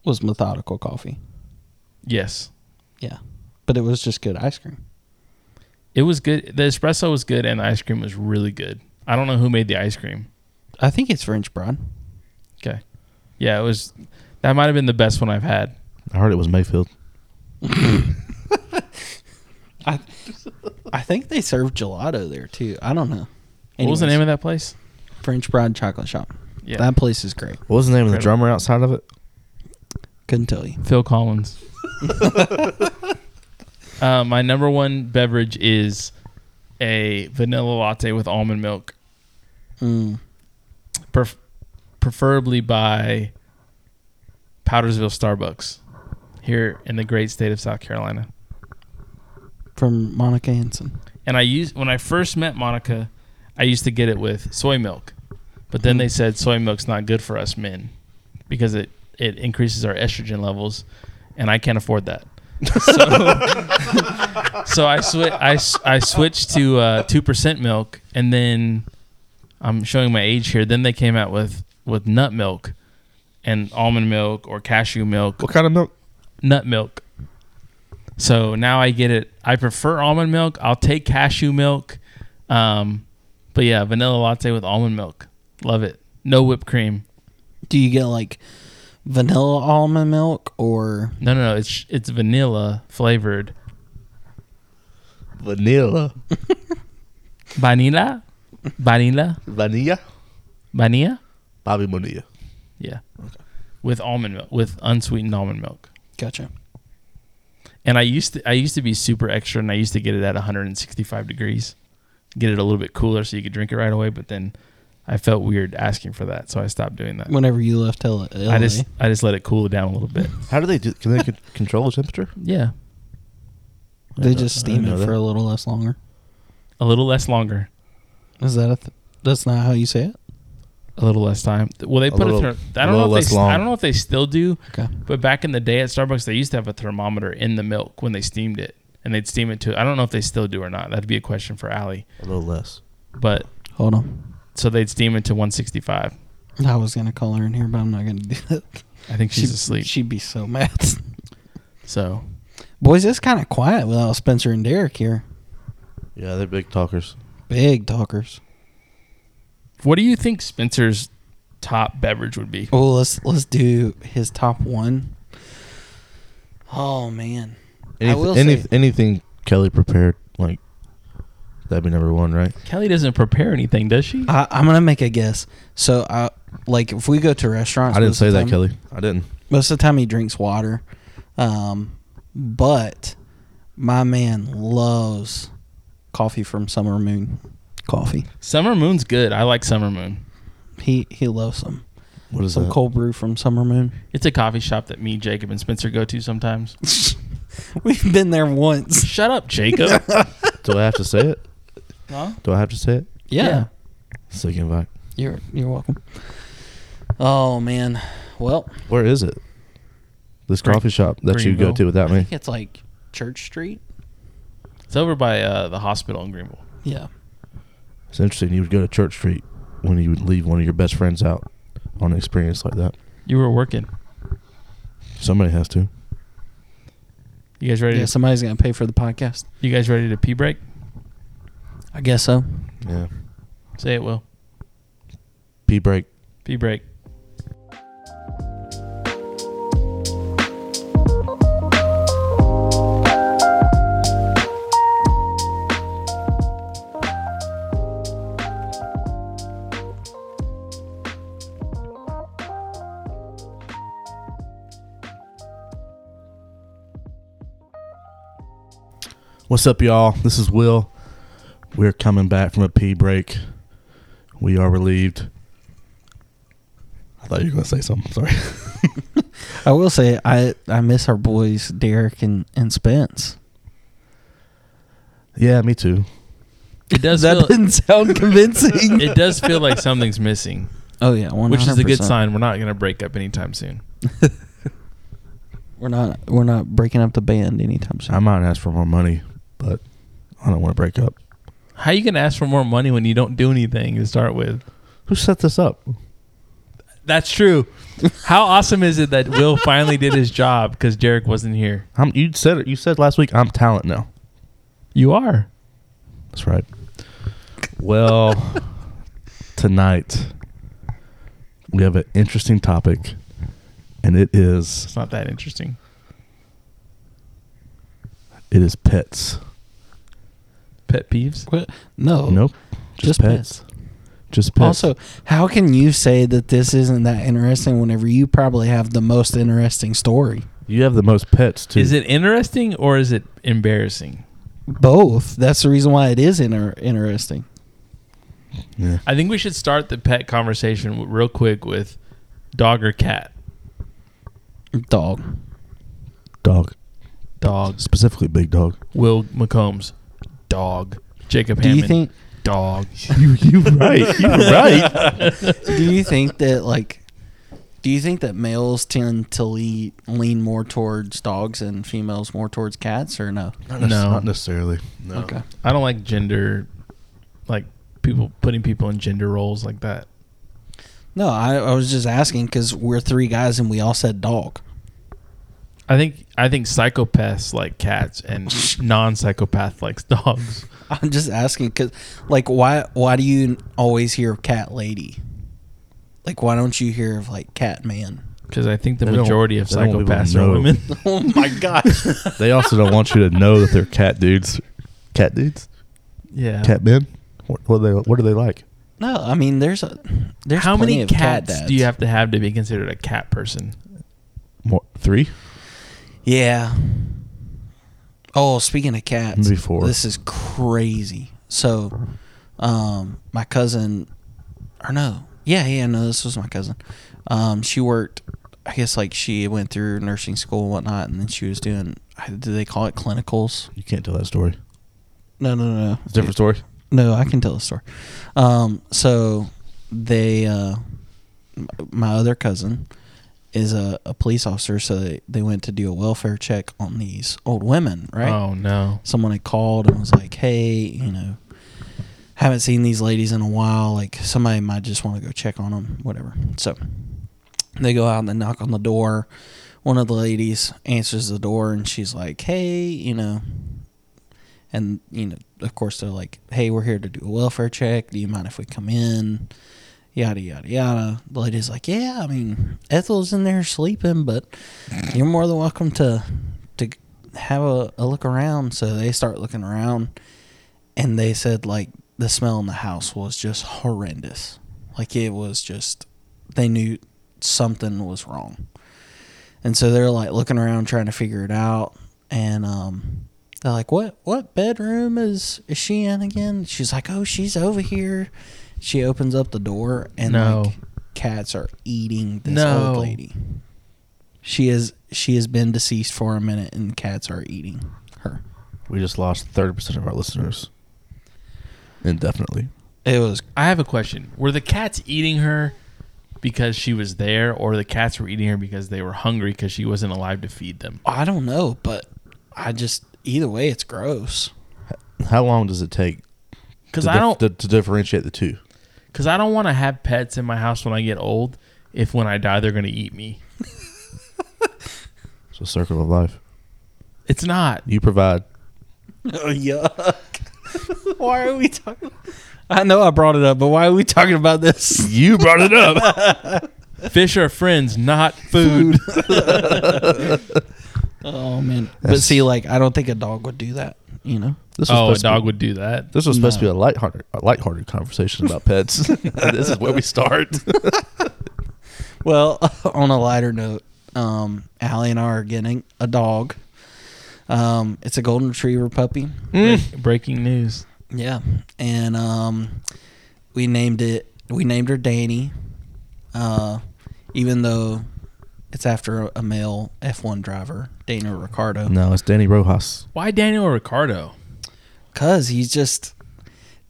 Speaker 4: was methodical coffee.
Speaker 1: Yes.
Speaker 4: Yeah. But it was just good ice cream.
Speaker 1: It was good. The espresso was good and the ice cream was really good. I don't know who made the ice cream.
Speaker 4: I think it's French bread.
Speaker 1: Okay. Yeah, it was that might have been the best one I've had.
Speaker 2: I heard it was Mayfield.
Speaker 4: I I think they serve gelato there too. I don't know.
Speaker 1: What was the
Speaker 4: Anyways,
Speaker 1: name of that place?
Speaker 4: French bread chocolate shop.
Speaker 1: Yeah.
Speaker 4: That place is great.
Speaker 2: What was the name of the
Speaker 1: Incredible.
Speaker 2: drummer outside of it?
Speaker 4: Couldn't tell you.
Speaker 1: Phil Collins. uh, my number one beverage is a vanilla latte with almond milk,
Speaker 4: Mm.
Speaker 1: pref- preferably by Powdersville Starbucks here in the great state of South Carolina.
Speaker 4: From Monica Hansen.
Speaker 1: And I used when I first met Monica, I used to get it with soy milk, but then they said soy milk's not good for us men. because it it increases our estrogen levels, and I can't afford that. so, so I swi- I, s- I switched to uh, two percent milk, and then I'm showing my age here. Then they came out with with nut milk, and almond milk or cashew milk,
Speaker 2: What kind of milk?
Speaker 1: nut milk. So now I get it. I prefer almond milk. I'll take cashew milk, um, but yeah, vanilla latte with almond milk. Love it. No whipped cream.
Speaker 4: Do you get like vanilla almond milk or
Speaker 1: No, no, no. It's it's vanilla flavored.
Speaker 2: Vanilla.
Speaker 1: Vanilla, vanilla,
Speaker 2: Vanilla.
Speaker 1: vanilla.
Speaker 2: Bobby Bonilla.
Speaker 1: Yeah, with almond milk, with unsweetened almond milk.
Speaker 4: gotcha?
Speaker 1: And I used to I used to be super extra, and I used to get it at 165 degrees, get it a little bit cooler so you could drink it right away. But then I felt weird asking for that, so I stopped doing that.
Speaker 4: Whenever you left LA,
Speaker 1: I just I just let it cool down a little bit.
Speaker 2: How do they do? Can they con- control the temperature?
Speaker 1: Yeah,
Speaker 4: they just steam
Speaker 2: know
Speaker 4: it
Speaker 2: that.
Speaker 4: for a little less longer.
Speaker 1: a little less longer,
Speaker 4: Is that a th- that's not how you say it?
Speaker 1: a little less time. Well, they
Speaker 2: A
Speaker 1: put
Speaker 2: little-
Speaker 1: a. Ther- I
Speaker 2: a
Speaker 1: don't know.
Speaker 2: little
Speaker 1: If they,
Speaker 2: less
Speaker 1: s-
Speaker 2: long.
Speaker 1: I don't know if they still do.
Speaker 4: Okay.
Speaker 1: But back in the day at Starbucks, they used to have a thermometer in the milk when they steamed it, and they'd steam it to. I don't know if they still do or not. That'd be a question for Allie.
Speaker 2: A little less.
Speaker 1: But
Speaker 4: Hold on.
Speaker 1: so they'd steam it to 165.
Speaker 4: I was gonna call her in here, but I'm not gonna do that.
Speaker 1: I think she's
Speaker 4: She'd-
Speaker 1: asleep.
Speaker 4: She'd be so mad.
Speaker 1: so
Speaker 4: Boys, it's kind of quiet without Spencer and Derek here.
Speaker 2: Yeah, they're big talkers.
Speaker 4: Big talkers.
Speaker 1: what do you think Spencer's top beverage would be?
Speaker 4: Oh, let's let's do his top one. Oh man, I will say-
Speaker 2: anything Kelly prepared, like that'd be number one, right?
Speaker 1: Kelly doesn't prepare anything, does she?
Speaker 4: I, I'm gonna make a guess. So, I like if we go to restaurants,
Speaker 2: I didn't
Speaker 4: most
Speaker 2: say
Speaker 4: of the
Speaker 2: that,
Speaker 4: time-
Speaker 2: Kelly. I didn't.
Speaker 4: Most of the time, he drinks water. Um, but my man loves coffee from Summer Moon Coffee.
Speaker 1: Summer Moon's good. I like Summer Moon.
Speaker 4: He he loves them.
Speaker 2: What is
Speaker 4: Some
Speaker 2: that?
Speaker 4: cold brew from Summer Moon.
Speaker 1: It's a coffee shop that me, Jacob, and Spencer go to sometimes.
Speaker 4: We've been there once.
Speaker 1: Shut up, Jacob.
Speaker 2: Do I have to say it?
Speaker 1: Huh?
Speaker 2: Do I have to say it?
Speaker 1: Yeah.
Speaker 2: Sick invite.
Speaker 4: You're you're welcome. Oh man, well
Speaker 2: Where is it? This
Speaker 1: Green-
Speaker 2: coffee shop that you go
Speaker 1: Greenville.
Speaker 2: to without
Speaker 4: I
Speaker 2: me.
Speaker 4: think it's like Church Street.
Speaker 1: It's over by uh, the hospital in Greenville.
Speaker 4: Yeah,
Speaker 2: It's interesting. You would go to Church Street when you would leave one of your best friends out on an experience like that.
Speaker 1: You were working.
Speaker 2: Somebody has to.
Speaker 1: You guys ready?
Speaker 4: yeah.
Speaker 1: To,
Speaker 4: Somebody's gonna pay for the podcast.
Speaker 1: you guys ready to pee break?
Speaker 4: I guess so.
Speaker 2: Yeah.
Speaker 1: Say it, Will.
Speaker 2: Pee break.
Speaker 1: Pee break.
Speaker 2: What's up, y'all? This is Will. We're coming back from a pee break. We are relieved. I thought you were going to say something. Sorry.
Speaker 4: I will say I I miss our boys Derek and and Spence.
Speaker 2: yeah, me too.
Speaker 1: It does
Speaker 4: that
Speaker 1: feel,
Speaker 4: didn't sound convincing.
Speaker 1: it does feel like something's missing,
Speaker 4: oh yeah, 100%.
Speaker 1: which is a good sign. We're not going to break up anytime soon.
Speaker 4: We're not we're not breaking up the band anytime soon.
Speaker 2: I might ask for more money, but I don't want to break up.
Speaker 1: How you going to ask for more money when you don't do anything to start with?
Speaker 2: Who set this up?
Speaker 1: That's true. How awesome is it that Will finally did his job because Derek wasn't here?
Speaker 2: I'm, you said it. You said last week I'm talent now.
Speaker 1: You are.
Speaker 2: That's right. Well, tonight we have an interesting topic, and it is
Speaker 1: It's not that interesting.
Speaker 2: it is pets.
Speaker 1: Pet peeves.
Speaker 4: What? No,
Speaker 2: Nope, Oh. just,
Speaker 4: Just
Speaker 2: pets. Just pets.
Speaker 4: Also, how can you say that this isn't that interesting whenever you probably have the most interesting story?
Speaker 2: you have the most pets too.
Speaker 1: Is it interesting or is it embarrassing?
Speaker 4: Both. That's the reason why it is inter- interesting.
Speaker 2: Yeah.
Speaker 1: I think we should start the pet conversation w- real quick with dog or cat.
Speaker 4: Dog.
Speaker 2: Dog,
Speaker 1: Dogs.
Speaker 2: specifically big dog.
Speaker 1: Will McCombs. Dog. Jacob
Speaker 4: Do
Speaker 1: Hammond.
Speaker 4: you think?
Speaker 1: dog?
Speaker 2: You you right. You right.
Speaker 4: Do you think that like Do you think that males tend to le- lean more towards dogs and females more towards cats, or no?
Speaker 2: Not, nec-
Speaker 1: No.
Speaker 2: not necessarily. No.
Speaker 4: Okay.
Speaker 1: I don't like gender, like people putting people in gender roles like that.
Speaker 4: No, I, I was just asking because we're three guys and we all said dog.
Speaker 1: I think I think psychopaths like cats and non-psychopath likes dogs.
Speaker 4: I'm just asking because, like, why why do you always hear of cat lady? Like, why don't you hear of like cat man?
Speaker 1: Because I think the
Speaker 2: They don't-
Speaker 1: majority of
Speaker 2: they don't want people to
Speaker 1: psychopaths are
Speaker 2: know.
Speaker 1: women.
Speaker 4: Oh my gosh!
Speaker 2: They also don't want you to know that they're cat dudes. Cat dudes?
Speaker 1: yeah.
Speaker 2: Cat men? What, what, are they, what are they like?
Speaker 4: no, I mean there's a there's
Speaker 1: How
Speaker 4: plenty
Speaker 1: many
Speaker 4: of cat
Speaker 1: cats
Speaker 4: dads.
Speaker 1: do you have to have to be considered a cat person?
Speaker 2: More, three?
Speaker 4: Yeah. Oh, speaking of cats,
Speaker 2: Maybe four.
Speaker 4: This is crazy. So, um, my cousin, or no, yeah, yeah, no, this was my cousin. Um, she worked. I guess like she went through nursing school and whatnot, and then she was doing. Do they call it clinicals?
Speaker 2: You can't tell that story.
Speaker 4: No, no, no.
Speaker 2: It's a different story.
Speaker 4: No, I can tell the story. Um, so they, uh, m- my other cousin is a, a police officer, so they, they went to do a welfare check on these old women, right?
Speaker 1: Oh no.
Speaker 4: Someone had called and was like, hey, you know, haven't seen these ladies in a while. Like, somebody might just want to go check on them, whatever. So they go out and they knock on the door. One of the ladies answers the door and she's like, hey, you know, and you know of course they're like hey we're here to do a welfare check do you mind if we come in yada yada yada the lady's like yeah i mean ethel's in there sleeping but you're more than welcome to to have a, a look around so they start looking around and they said like the smell in the house was just horrendous like it was just they knew something was wrong and so they're like looking around trying to figure it out and um they're like what what bedroom is is she in again she's like oh she's over here she opens up the door and
Speaker 1: No.
Speaker 4: like cats are eating this
Speaker 1: No.
Speaker 4: old lady she is she has been deceased for a minute and cats are eating her
Speaker 2: We just lost 30% of our listeners. Indefinitely.
Speaker 4: it was
Speaker 1: I have a question. Were the cats eating her because she was there, or the cats were eating her because they were hungry because she wasn't alive to feed them?
Speaker 4: I don't know, but I just either way, it's gross.
Speaker 2: How long does it take
Speaker 1: Because
Speaker 2: to
Speaker 1: I
Speaker 2: dif-
Speaker 1: don't.
Speaker 2: to, to differentiate the two?
Speaker 1: Because I don't want to have pets in my house when I get old. If when I die they're gonna eat me,
Speaker 2: It's a circle of life.
Speaker 1: it's not.
Speaker 2: You provide.
Speaker 4: Oh yuck! why are we talking? I know I brought it up, but why are we talking about this?
Speaker 2: You brought it up.
Speaker 1: Fish are friends, not food.
Speaker 4: Oh man! But see, like I don't think a dog would do that. You know?
Speaker 2: This was
Speaker 1: oh, a
Speaker 2: supposed to be-
Speaker 1: dog would do that.
Speaker 2: This was supposed to be a
Speaker 4: No.
Speaker 2: lighthearted, a lighthearted conversation about pets. And this is where we start.
Speaker 4: Well, on a lighter note, um, Allie and I are getting a dog. Um, it's a golden retriever puppy. Mm.
Speaker 1: Break- breaking news.
Speaker 4: Yeah, and um, we named it. We named her Danny, uh, even though it's after a male F one driver, Daniel Ricardo.
Speaker 2: no, it's Danny Rojas.
Speaker 1: Why Daniel Ricardo?
Speaker 4: Cause he's just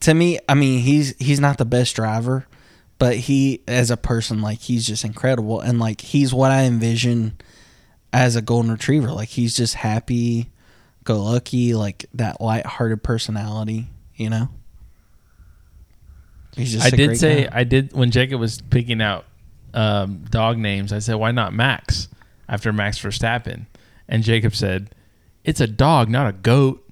Speaker 4: to me. I mean, he's he's not the best driver, but he as a person, like he's just incredible, and like he's what I envision as a golden retriever. Like he's just happy, go lucky, like that light-hearted personality. You know. He's just.
Speaker 1: I
Speaker 4: a
Speaker 1: did
Speaker 4: great
Speaker 1: say
Speaker 4: guy.
Speaker 1: I did when Jacob was picking out um, dog names. I said, "Why not Max?" After Max Verstappen, and Jacob said, "It's a dog, not a goat."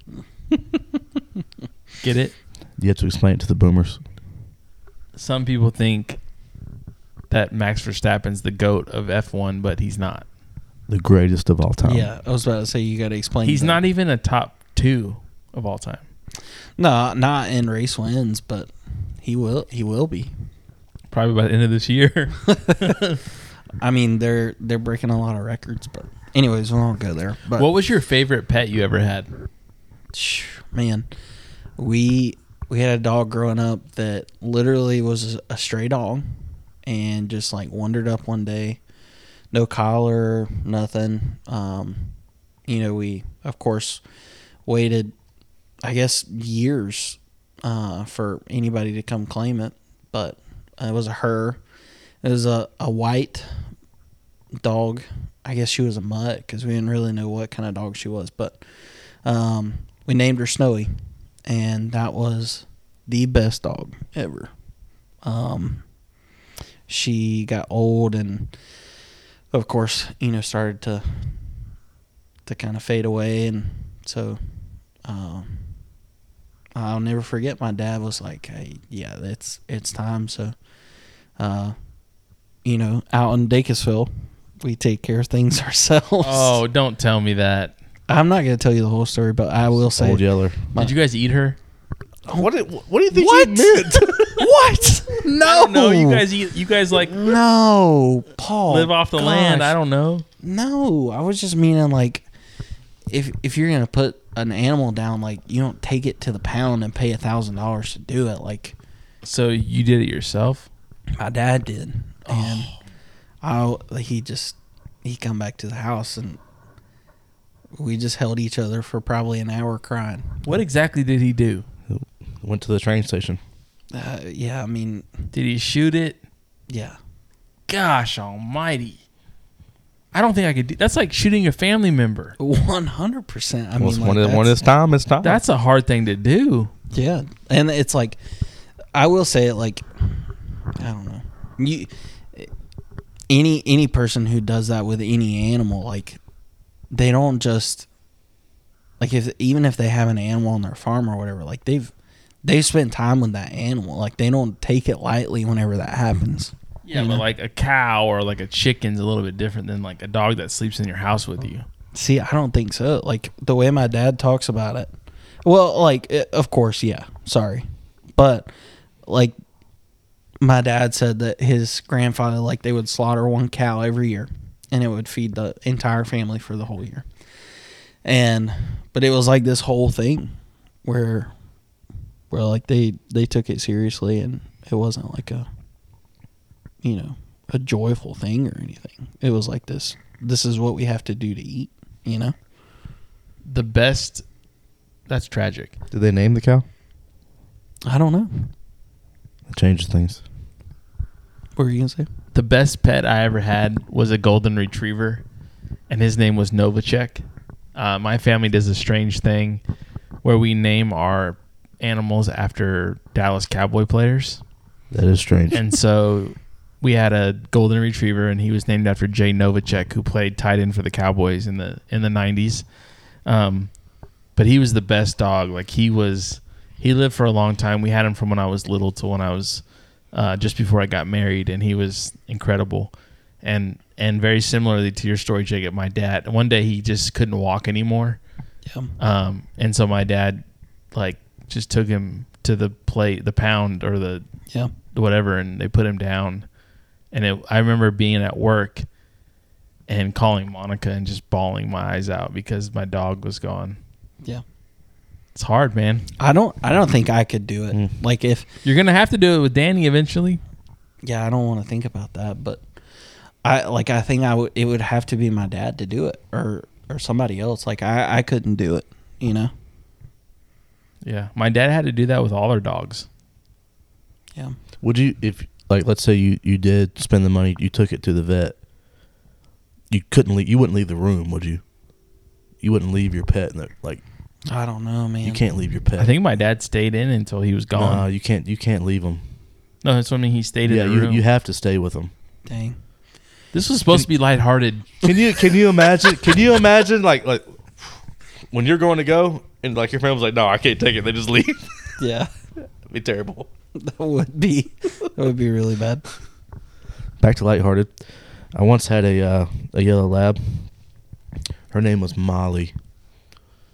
Speaker 1: Get it?
Speaker 2: You have to explain it to the boomers.
Speaker 1: Some people think that Max Verstappen's the goat of F1, but he's not.
Speaker 2: The greatest of all time.
Speaker 4: Yeah, I was about to say you got to explain.
Speaker 1: He's
Speaker 4: that.
Speaker 1: not e- even a top two of all time.
Speaker 4: No, not in race wins, but he will. He will be.
Speaker 1: Probably by the end of this year.
Speaker 4: I mean, they're they're breaking a lot of records, but anyways, we won't go there. But
Speaker 1: what was your favorite pet you ever had?
Speaker 4: Shh, man, we we had a dog growing up that literally was a stray dog, and just like wandered up one day, no collar, nothing. Um, you know, we of course waited, I guess years, uh, for anybody to come claim it, but it was a her. It was a, a white dog. I guess she was a mutt because we didn't really know what kind of dog she was, but um, we named her Snowy, and that was the best dog ever. Um, she got old, and of course, you know, started to to kind of fade away, and so. Um, I'll never forget. My dad was like, "Hey, yeah, it's it's time." So, uh, you know, out in Dacusville, we take care of things ourselves.
Speaker 1: Oh, don't tell me that.
Speaker 4: I'm not gonna tell you the whole story, but I will say,
Speaker 2: Old Yeller.
Speaker 4: My-
Speaker 1: Did you guys eat her?
Speaker 2: What, did- what do you think
Speaker 4: What?
Speaker 2: you meant?
Speaker 4: what? No,
Speaker 1: I don't know. You guys eat. You guys like
Speaker 4: no, Paul,
Speaker 1: live off the land.
Speaker 4: gosh.
Speaker 1: I don't know.
Speaker 4: No, I was just meaning like, if if you're gonna put an animal down, like you don't take it to the pound and pay a thousand dollars to do it, like.
Speaker 1: So you did it yourself?
Speaker 4: my dad did,
Speaker 1: Oh.
Speaker 4: and I like, he just he come back to the house and we just held each other for probably an hour crying.
Speaker 1: What exactly did he do?
Speaker 2: Went to the train station.
Speaker 4: Uh, yeah, I mean,
Speaker 1: Did he shoot it?
Speaker 4: yeah,
Speaker 1: Gosh Almighty! I don't think I could do. That's like shooting a family member.
Speaker 4: one hundred percent. I
Speaker 2: Well,
Speaker 4: mean,
Speaker 2: it's
Speaker 4: like,
Speaker 2: one, of- one
Speaker 4: that's-
Speaker 2: is time. It's time.
Speaker 1: That's a hard thing to do.
Speaker 4: yeah, and it's like I will say it like I don't know you any any person who does that with any animal like they don't just like if even if they have an animal on their farm or whatever like they've they spent time with that animal like they don't take it lightly whenever that happens
Speaker 1: Yeah,
Speaker 4: You
Speaker 1: but
Speaker 4: know?
Speaker 1: like a cow or like a chicken's a little bit different than like a dog that sleeps in your house with you.
Speaker 4: See, I don't think so. Like the way my dad talks about it. Well, like eh, of course, yeah. Sorry. But like my dad said that his grandfather like they would slaughter one cow every year and it would feed the entire family for the whole year. And but it was like this whole thing where where like they they took it seriously and it wasn't like a you know, a joyful thing or anything. It was like this this is what we have to do to eat, you know?
Speaker 1: The best. That's tragic.
Speaker 2: Did they name the cow?
Speaker 4: I don't know.
Speaker 2: It changes things.
Speaker 4: What were you gonna say?
Speaker 1: The best pet I ever had was a golden retriever, and his name was Novacek. Uh, my family does a strange thing where we name our animals after Dallas Cowboy players.
Speaker 2: That is strange.
Speaker 1: And so we had a golden retriever, and he was named after Jay Novacek, who played tight end for the Cowboys in the in the nineties. Um, but he was the best dog. Like he was, he lived for a long time. We had him from when I was little to when I was uh, just before I got married, and he was incredible. And and very similarly to your story, Jacob, my dad. One day he just couldn't walk anymore,
Speaker 4: Yeah.
Speaker 1: um, and so my dad like just took him to the play, the pound or the
Speaker 4: Yeah.
Speaker 1: whatever and they put him down and it, i remember being at work and calling monica and just bawling my eyes out because my dog was gone
Speaker 4: Yeah.
Speaker 1: it's hard man
Speaker 4: I don't I don't think I could do it.
Speaker 2: Mm.
Speaker 4: Like if
Speaker 1: you're gonna have to do it with danny eventually
Speaker 4: yeah, I don't want to think about that, but I like I think I would it would have to be my dad to do it or or somebody else. Like I I couldn't do it, you know.
Speaker 1: yeah my dad had to do that with all our dogs
Speaker 4: Yeah.
Speaker 2: Would you if like let's say you you did spend the money, you took it to the vet. You couldn't leave. You wouldn't leave the room, would you? You wouldn't leave your pet. In the, like
Speaker 4: I don't know, man.
Speaker 2: you can't leave your pet.
Speaker 1: i think my dad stayed in until he was
Speaker 2: Nah,
Speaker 1: gone
Speaker 2: you can't. You can't leave them.
Speaker 1: no that's what i mean he stayed
Speaker 2: Yeah,
Speaker 1: in the
Speaker 2: you,
Speaker 1: room
Speaker 2: you have to stay with them.
Speaker 4: Dang.
Speaker 1: this was supposed to be lighthearted
Speaker 2: Can you can you imagine? Can you imagine like like when you're going to go and like your family's like, no, I can't take it. They just leave.
Speaker 4: Yeah.
Speaker 2: It'd be terrible.
Speaker 4: that would be that would be really bad.
Speaker 2: back to lighthearted. I once had a uh, a yellow lab. Her name was Molly.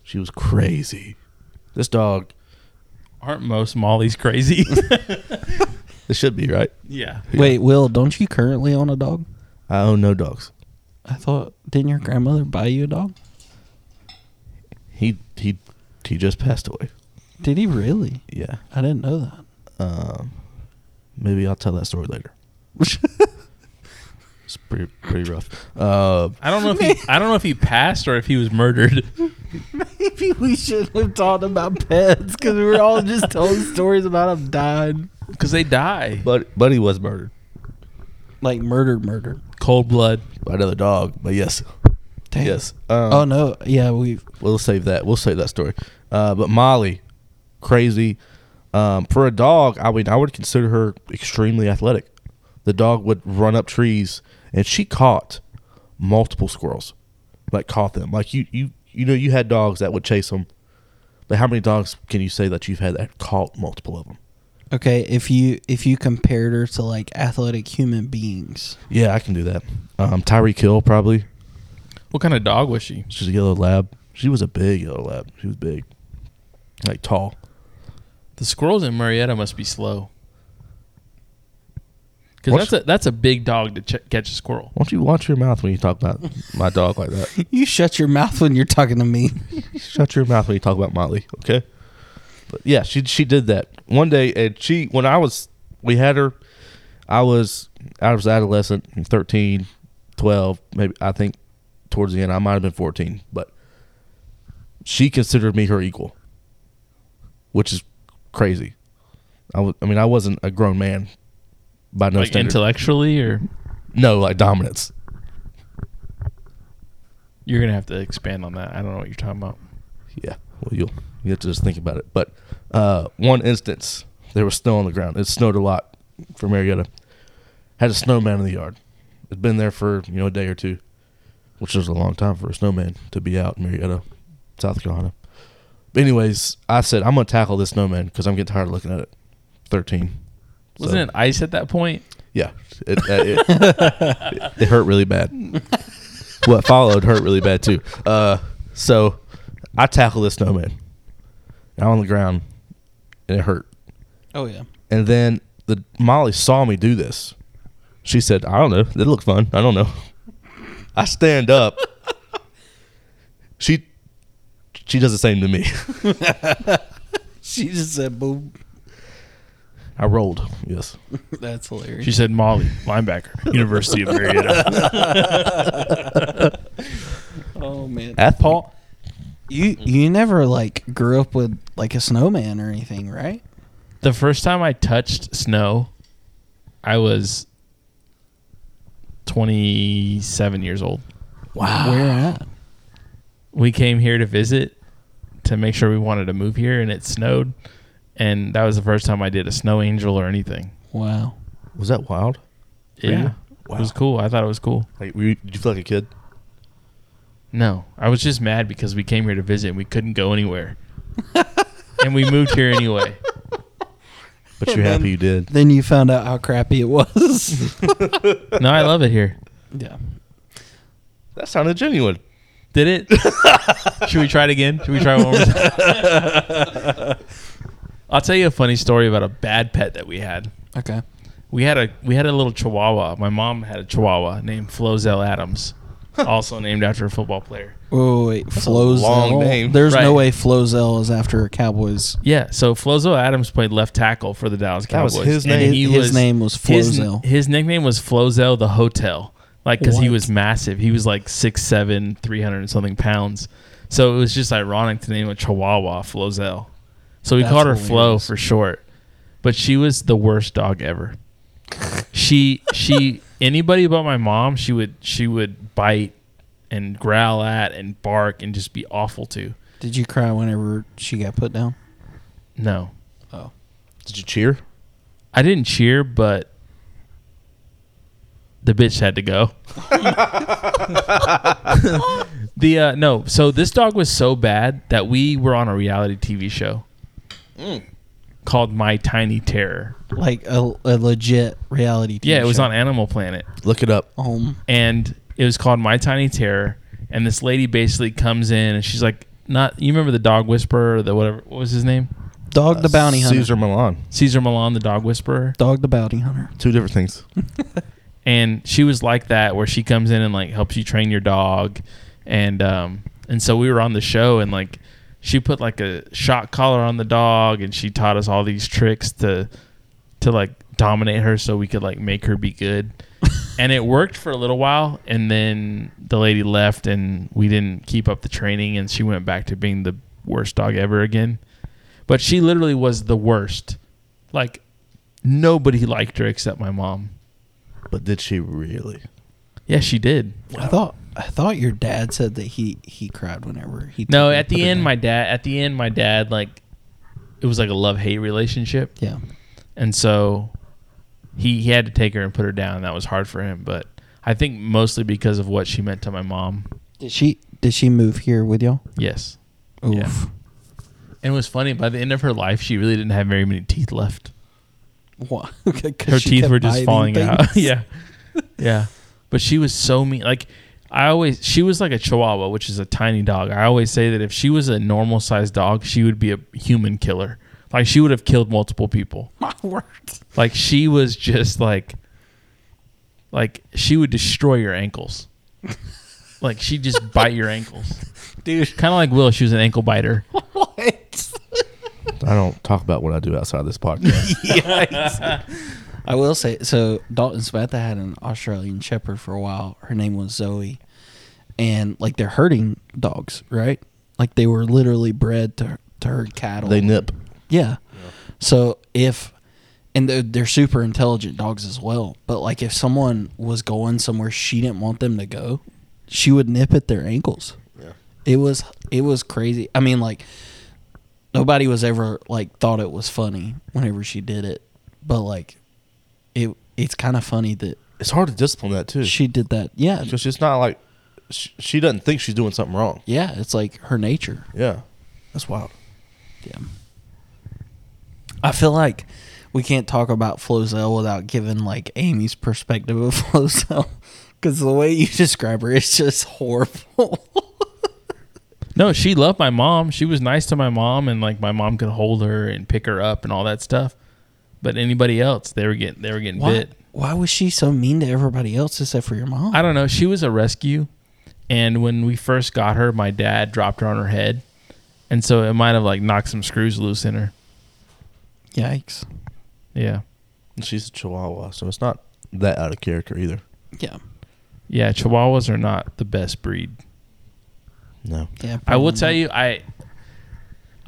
Speaker 2: She was crazy. This dog.
Speaker 1: aren't most molly's crazy
Speaker 2: It should be right.
Speaker 1: yeah
Speaker 4: Wait, Will, don't you currently own a dog?
Speaker 2: I own no dogs.
Speaker 4: I thought didn't your grandmother buy you a dog?
Speaker 2: He he he just passed away.
Speaker 4: Did he really?
Speaker 2: Yeah.
Speaker 4: I didn't know that.
Speaker 2: Um. Maybe I'll tell that story later. It's pretty pretty rough. Uh,
Speaker 1: i don't know if he i don't know if he passed or if he was murdered
Speaker 4: Maybe we shouldn't have talked about pets because we were all just telling stories about them dying.
Speaker 1: because they die
Speaker 2: but Buddy was murdered.
Speaker 4: like murdered, murdered.
Speaker 1: Cold blood.
Speaker 2: by another dog. But yes,
Speaker 4: Damn.
Speaker 2: yes. Um,
Speaker 4: oh no, yeah, we.
Speaker 2: We'll save that. We'll save that story. Uh, but Molly, crazy. Um, for a dog, I mean, I would consider her extremely athletic. The dog would run up trees, and she caught multiple squirrels. Like caught them. Like you, you, you know, you had dogs that would chase them. But how many dogs can you say that you've had that caught multiple of them?
Speaker 4: Okay, if you if you compared her to like athletic human beings,
Speaker 2: Yeah, I can do that. Um, Tyreek Hill probably.
Speaker 1: What kind of dog was she?
Speaker 2: She's a yellow lab. She was a big yellow lab. She was big, like tall.
Speaker 1: The squirrels in Marietta must be slow. Because
Speaker 2: What's-
Speaker 1: that's a that's a big dog to ch- catch a squirrel.
Speaker 2: Why don't you watch your mouth when you talk about my dog like that?
Speaker 4: you shut your mouth when you're talking to me.
Speaker 2: Shut your mouth when you talk about Molly, okay? But yeah, she she did that one day, and she when I was we had her, I was I was adolescent, 13, 12, maybe I think towards the end I might have been fourteen, but she considered me her equal, which is crazy. I was I mean I wasn't a grown man by no
Speaker 1: like
Speaker 2: standard.
Speaker 1: intellectually, or
Speaker 2: no like dominance.
Speaker 1: you're gonna have to expand on that. I don't know what you're talking about.
Speaker 2: Yeah. Well, you'll you have to just think about it. But uh, one instance, there was snow on the ground. It snowed a lot for Marietta. Had a snowman in the yard. It'd been there for you know a day or two, which is a long time for a snowman to be out in Marietta, South Carolina. But anyways, I said I'm gonna tackle this snowman because I'm getting tired of looking at it. Thirteen. So-
Speaker 1: Wasn't it ice at that point?
Speaker 2: yeah, it, uh, it, it hurt really bad. What followed hurt really bad too. Uh, so I tackled this snowman. I'm on the ground, and it hurt.
Speaker 4: Oh yeah,
Speaker 2: And then the Molly saw me do this. She said, "I don't know. That looked fun. I don't know." I stand up. she she does the same to me.
Speaker 4: she just said boom.
Speaker 2: I rolled. Yes.
Speaker 4: That's hilarious.
Speaker 1: She said Molly, linebacker, University of Marietta.
Speaker 4: oh man,
Speaker 2: At Paul.
Speaker 4: you you never like grew up with like a snowman or anything, right?
Speaker 1: the first time I touched snow, I was 27 years old.
Speaker 4: Wow. Where at?
Speaker 1: we came here to visit to make sure we wanted to move here and it snowed and that was the first time i did a snow angel or anything
Speaker 4: Wow.
Speaker 2: Was that wild?
Speaker 1: yeah
Speaker 2: Wow.
Speaker 1: it was cool i thought it was cool
Speaker 2: Like, were you, did you feel like a kid?
Speaker 1: no i was just mad because we came here to visit and we couldn't go anywhere and we moved here anyway
Speaker 2: But you're happy you did.
Speaker 4: Then you found out how crappy it was.
Speaker 1: no i love it here
Speaker 4: yeah.
Speaker 2: That sounded genuine.
Speaker 1: did it should we try it again should we try one more time i'll tell you a funny story about a bad pet that we had
Speaker 4: Okay.
Speaker 1: we had a we had a little chihuahua. My mom had a chihuahua named Flozell Adams, also named after a football player.
Speaker 4: Oh wait,
Speaker 2: a
Speaker 4: Flozell.
Speaker 2: long name.
Speaker 4: There's
Speaker 1: Right.
Speaker 4: no way Flozell is after a Cowboys.
Speaker 1: Yeah, so Flozell Adams played left tackle for the Dallas
Speaker 2: That was
Speaker 1: Cowboys.
Speaker 2: his
Speaker 1: and
Speaker 2: name.
Speaker 1: he
Speaker 4: his name was
Speaker 1: his-
Speaker 4: Flozell.
Speaker 1: His, nickname was Flozell the Hotel, like because he
Speaker 4: What?
Speaker 1: was massive. He was like six seven, three hundred and something pounds. So it was just ironic to name a chihuahua Flozell. So we
Speaker 4: That's
Speaker 1: called her Flo
Speaker 4: hilarious.
Speaker 1: for short. But she was the worst dog ever. she she anybody but my mom she would she would bite and growl at and bark and just be awful to
Speaker 4: Did you cry whenever she got put down?
Speaker 1: no
Speaker 4: Oh.
Speaker 2: Did you cheer?
Speaker 1: i didn't cheer but the bitch had to go the uh no so this dog was so bad that we were on a reality tv show called my tiny terror
Speaker 4: Like a, a legit reality TV
Speaker 1: yeah it was
Speaker 4: show. Um,
Speaker 1: on animal planet
Speaker 2: Look it up.
Speaker 4: Home.
Speaker 1: and it was called My Tiny Terror. And this lady basically comes in and she's like, "Not you remember the dog whisperer, or the whatever? What was his name?
Speaker 4: Dog the Bounty Hunter.
Speaker 2: Uh, Caesar Milan.
Speaker 1: Caesar Milan, the dog whisperer."
Speaker 4: Dog the Bounty Hunter.
Speaker 2: Two different things.
Speaker 1: and she was like that where she comes in and like helps you train your dog and um and so we were on the show and like she put like a shock collar on the dog and she taught us all these tricks to to like dominate her so we could like make her be good and it worked for a little while and then the lady left and we didn't keep up the training and she went back to being the worst dog ever again but she literally was the worst like nobody liked her except my mom
Speaker 2: But did she really?
Speaker 1: Yeah, she did.
Speaker 4: I thought I thought your dad said that he he cried whenever he.
Speaker 1: No,
Speaker 4: took it,
Speaker 1: at
Speaker 4: put
Speaker 1: the
Speaker 4: it
Speaker 1: end,
Speaker 4: in.
Speaker 1: my dad. At the end, my dad like it was like a love hate relationship,
Speaker 4: yeah.
Speaker 1: and so he he had to take her and put her down. That was hard for him, but I think mostly because of what she meant to my mom.
Speaker 4: Did she did she move here with y'all?
Speaker 1: Yes,
Speaker 4: Oof.
Speaker 1: Yeah. and it was funny. By the end of her life, she really didn't have very many teeth left.
Speaker 4: What?
Speaker 1: her teeth were just falling out. yeah, yeah. But she was so mean. Like I always, she was like a Chihuahua, which is a tiny dog. I always say that if she was a normal sized dog, she would be a human killer. Like she would have killed multiple people.
Speaker 4: My word.
Speaker 1: Like she was just like, like she would destroy your ankles. like she would just bite your ankles,
Speaker 4: Dude.
Speaker 1: kind of like Will. She was an ankle biter.
Speaker 4: What?
Speaker 2: I don't talk about what I do outside this podcast.
Speaker 4: I will say so. Dalton Samantha had an Australian Shepherd for a while. Her name was Zoe, and like they're herding dogs, right? Like they were literally bred to to herd cattle.
Speaker 2: they nip.
Speaker 4: Yeah. So if and they're, they're super intelligent dogs as well, but like if someone was going somewhere she didn't want them to go, she would nip at their ankles. Yeah. It was it was crazy. I mean like nobody was ever like thought it was funny whenever she did it, but like it it's kind of funny that
Speaker 2: It's hard to discipline that too.
Speaker 4: she did that. Yeah.
Speaker 2: because it's not like she, she doesn't think she's doing something wrong.
Speaker 4: Yeah, it's like her nature.
Speaker 2: Yeah, that's wild.
Speaker 4: Yeah. I feel like we can't talk about Flozell without giving like Amy's perspective of Flozell because the way you describe her is just horrible.
Speaker 1: No, she loved my mom. She was nice to my mom, and like my mom could hold her and pick her up and all that stuff. But anybody else, they were getting they were getting
Speaker 4: Why,
Speaker 1: bit.
Speaker 4: why was she so mean to everybody else except for your mom?
Speaker 1: I don't know. She was a rescue, and when we first got her, my dad dropped her on her head, and so it might have like knocked some screws loose in her.
Speaker 4: Yikes.
Speaker 1: Yeah,
Speaker 2: And she's a Chihuahua, so it's not that out of character either.
Speaker 4: Yeah.
Speaker 1: yeah. Chihuahuas are not the best breed.
Speaker 2: No,
Speaker 4: Yeah.
Speaker 1: I will
Speaker 4: probably
Speaker 1: tell
Speaker 4: not.
Speaker 1: you, I,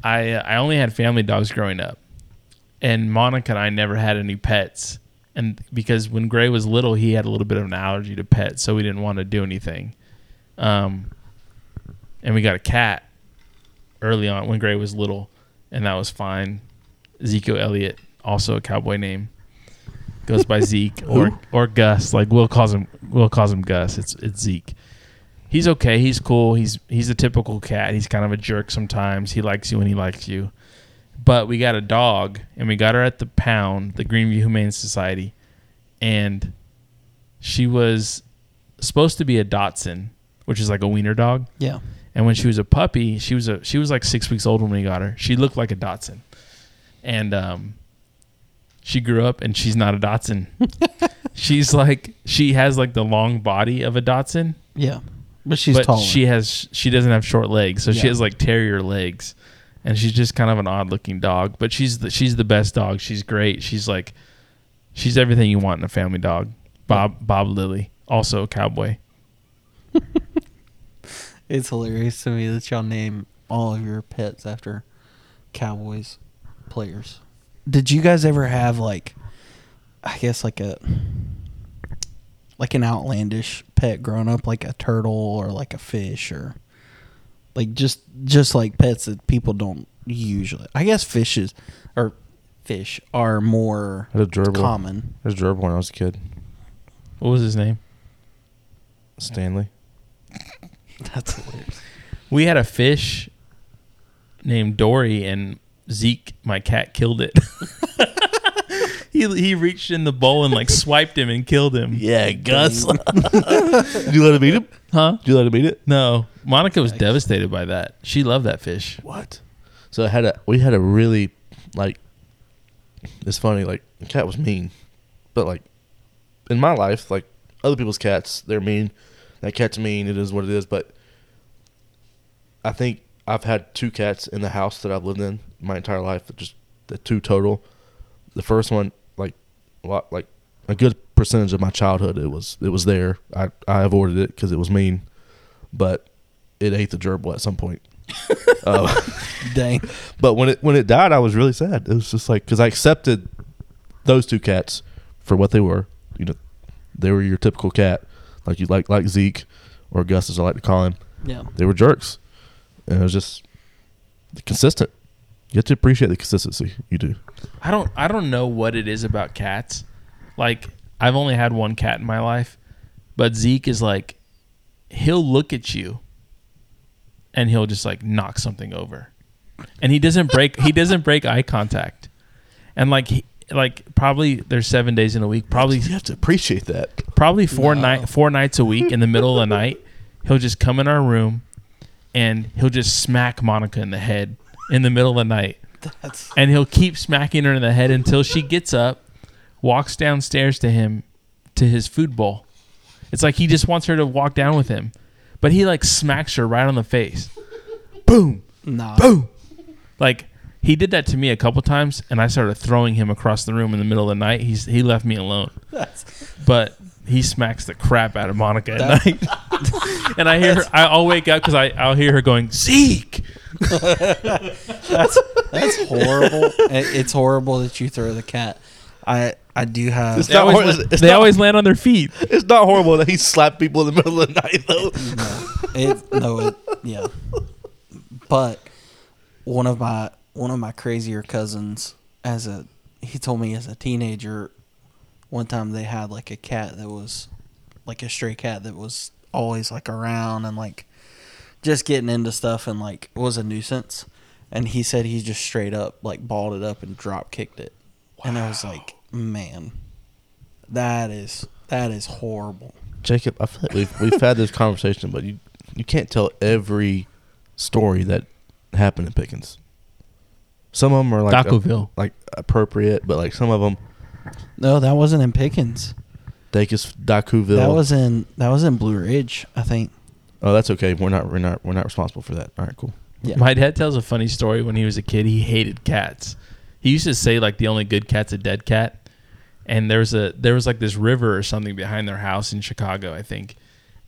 Speaker 1: I, I only had family dogs growing up, and Monica and I never had any pets, and because when Gray was little, he had a little bit of an allergy to pets, so we didn't want to do anything, um, and we got a cat early on when Gray was little, and that was fine. Zico Elliott, also a cowboy name, goes by Zeke or or Gus. Like Will calls him Will calls him Gus. It's it's Zeke he's okay. He's cool. He's he's a typical cat. He's kind of a jerk sometimes. He likes you when he likes you. But we got a dog, and we got her at the pound, the Greenview Humane Society, and she was supposed to be a Dotson, which is like a wiener dog.
Speaker 4: Yeah.
Speaker 1: And when she was a puppy, she was a she was like six weeks old when we got her. She looked like a Dotson, and um, she grew up and she's not a Dotson. she's like she has like the long body of a Dotson,
Speaker 4: Yeah. But she's
Speaker 1: but
Speaker 4: tall.
Speaker 1: she has she doesn't have short legs, so
Speaker 4: Yeah.
Speaker 1: she has like terrier legs, and she's just kind of an odd looking dog. But she's the, she's the best dog. She's great. She's like she's everything you want in a family dog. Bob Bob Lilly, also a cowboy.
Speaker 4: It's hilarious to me that y'all name all of your pets after Cowboys players. Did you guys ever have like I guess like a like an outlandish pet growing up like a turtle or like a fish or like just just like pets that people don't usually I guess fishes or fish are more
Speaker 2: I had a gerbil.
Speaker 4: common.
Speaker 2: I was a gerbil when I was a kid.
Speaker 1: What was his name?
Speaker 2: Stanley.
Speaker 4: That's hilarious.
Speaker 1: We had a fish named Dory, and Zeke, my cat, killed it. he he reached in the bowl and like swiped him and killed him.
Speaker 2: Yeah, Gus. Did you let him eat him?
Speaker 1: Huh?
Speaker 2: Did you let him eat it?
Speaker 1: No, Monica was devastated by that. She loved that fish.
Speaker 2: What? So I had a we had a really like it's funny, like the cat was mean. But like in my life, like other people's cats, they're mean. That cat's mean, it is what it is, but I think I've had two cats in the house that I've lived in my entire life, just the two total. The first one, like a lot like a good percentage of my childhood it was it was there. I, I avoided it because it was mean. But it ate the gerbil at some point. Uh,
Speaker 4: Dang.
Speaker 2: but when it when it died, I was really sad. It was just like because I accepted those two cats for what they were. You know, They were your typical cat, like you like like Zeke or Gus as I like to call him.
Speaker 4: Yeah.
Speaker 2: They were jerks, and it was just consistent. You have to appreciate the consistency. You do.
Speaker 1: I don't I don't know what it is about cats. Like I've only had one cat in my life, but Zeke is like he'll look at you and he'll just like knock something over. And he doesn't break he doesn't break eye contact. And like he, like probably there's 7 days in a week, probably
Speaker 2: You have to appreciate that.
Speaker 1: probably four night four nights a week in the middle of the night. He'll just come in our room and he'll just smack Monica in the head in the middle of the night. and he'll keep smacking her in the head until she gets up, walks downstairs to him to his food bowl. It's like he just wants her to walk down with him. But he like smacks her right on the face. Boom.
Speaker 4: Nah.
Speaker 1: Boom. Like he did that to me a couple times and I started throwing him across the room in the middle of the night. He's he left me alone
Speaker 4: That's,
Speaker 1: but he smacks the crap out of Monica at night. and I hear her, I- I'll wake up because I I'll hear her going Zeke.
Speaker 4: that's that's horrible. It- it's horrible that you throw the cat. I I do have.
Speaker 2: It's
Speaker 1: They,
Speaker 2: not
Speaker 1: always,
Speaker 2: hor-
Speaker 1: land-
Speaker 2: it's- it's
Speaker 1: they
Speaker 2: not-
Speaker 1: always land on their feet.
Speaker 2: It's not horrible that he slapped people in the middle of the night though.
Speaker 4: it no it yeah but one of my one of my crazier cousins as a he told me as a teenager one time they had like a cat that was like a stray cat that was always like around and like just getting into stuff and like was a nuisance and he said he just straight up like balled it up and drop kicked it and i was like man that is that is horrible
Speaker 2: Jacob, I feel like we've we've had this conversation, but you you can't tell every story that happened in Pickens. Some of them are like ap-
Speaker 1: Dacoville.
Speaker 2: like appropriate, but like some of them,
Speaker 4: no that wasn't in pickens
Speaker 2: Dacus Dacuville.
Speaker 4: That was in that was in Blue Ridge, I think.
Speaker 2: oh, that's okay. We're not we're not we're not responsible for that. All right, cool.
Speaker 4: Yeah.
Speaker 1: My dad tells a funny story when he was a kid. He hated cats. He used to say like the only good cat's a dead cat. And there was a there was like this river or something behind their house in Chicago, I think.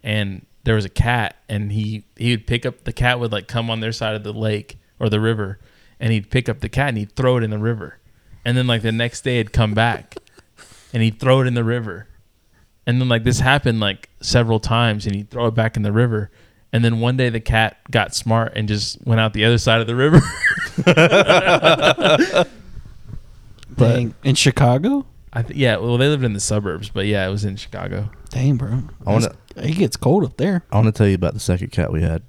Speaker 1: And there was a cat and he he would pick up the cat would like come on their side of the lake or the river and he'd pick up the cat and he'd throw it in the river. And then like the next day it'd come back and he'd throw it in the river. And then like this happened like several times and he'd throw it back in the river. And then one day the cat got smart and just went out the other side of the river. But-
Speaker 4: Dang. In Chicago?
Speaker 1: I th- yeah, well they lived in the suburbs, but yeah, it was in Chicago.
Speaker 4: Dang, bro.
Speaker 2: I wanna-
Speaker 4: That's- It gets cold up there.
Speaker 2: I want to tell you about the second cat we had.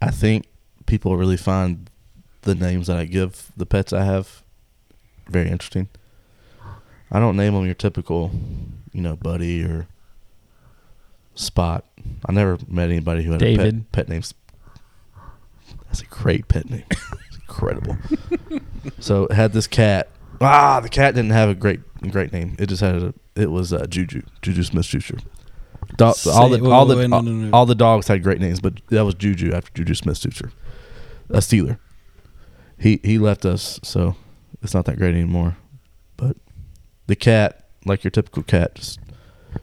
Speaker 2: I think people really find the names that I give the pets I have very interesting. I don't name them your typical, you know, buddy or spot. I never met anybody who had a
Speaker 1: David.
Speaker 2: pet, pet name. That's a great pet name. It's incredible. so had this cat. Ah, the cat didn't have a great great name. It just had a. It was uh, Juju Juju Smith Schuster. Dog,
Speaker 4: Say-
Speaker 2: all the
Speaker 4: wait,
Speaker 2: all
Speaker 4: wait,
Speaker 2: the
Speaker 4: wait, no, no, no.
Speaker 2: all the dogs had great names, but that was Juju after Juju Smith Schuster, a Steeler. He he left us, so it's not that great anymore. But the cat, like your typical cat, just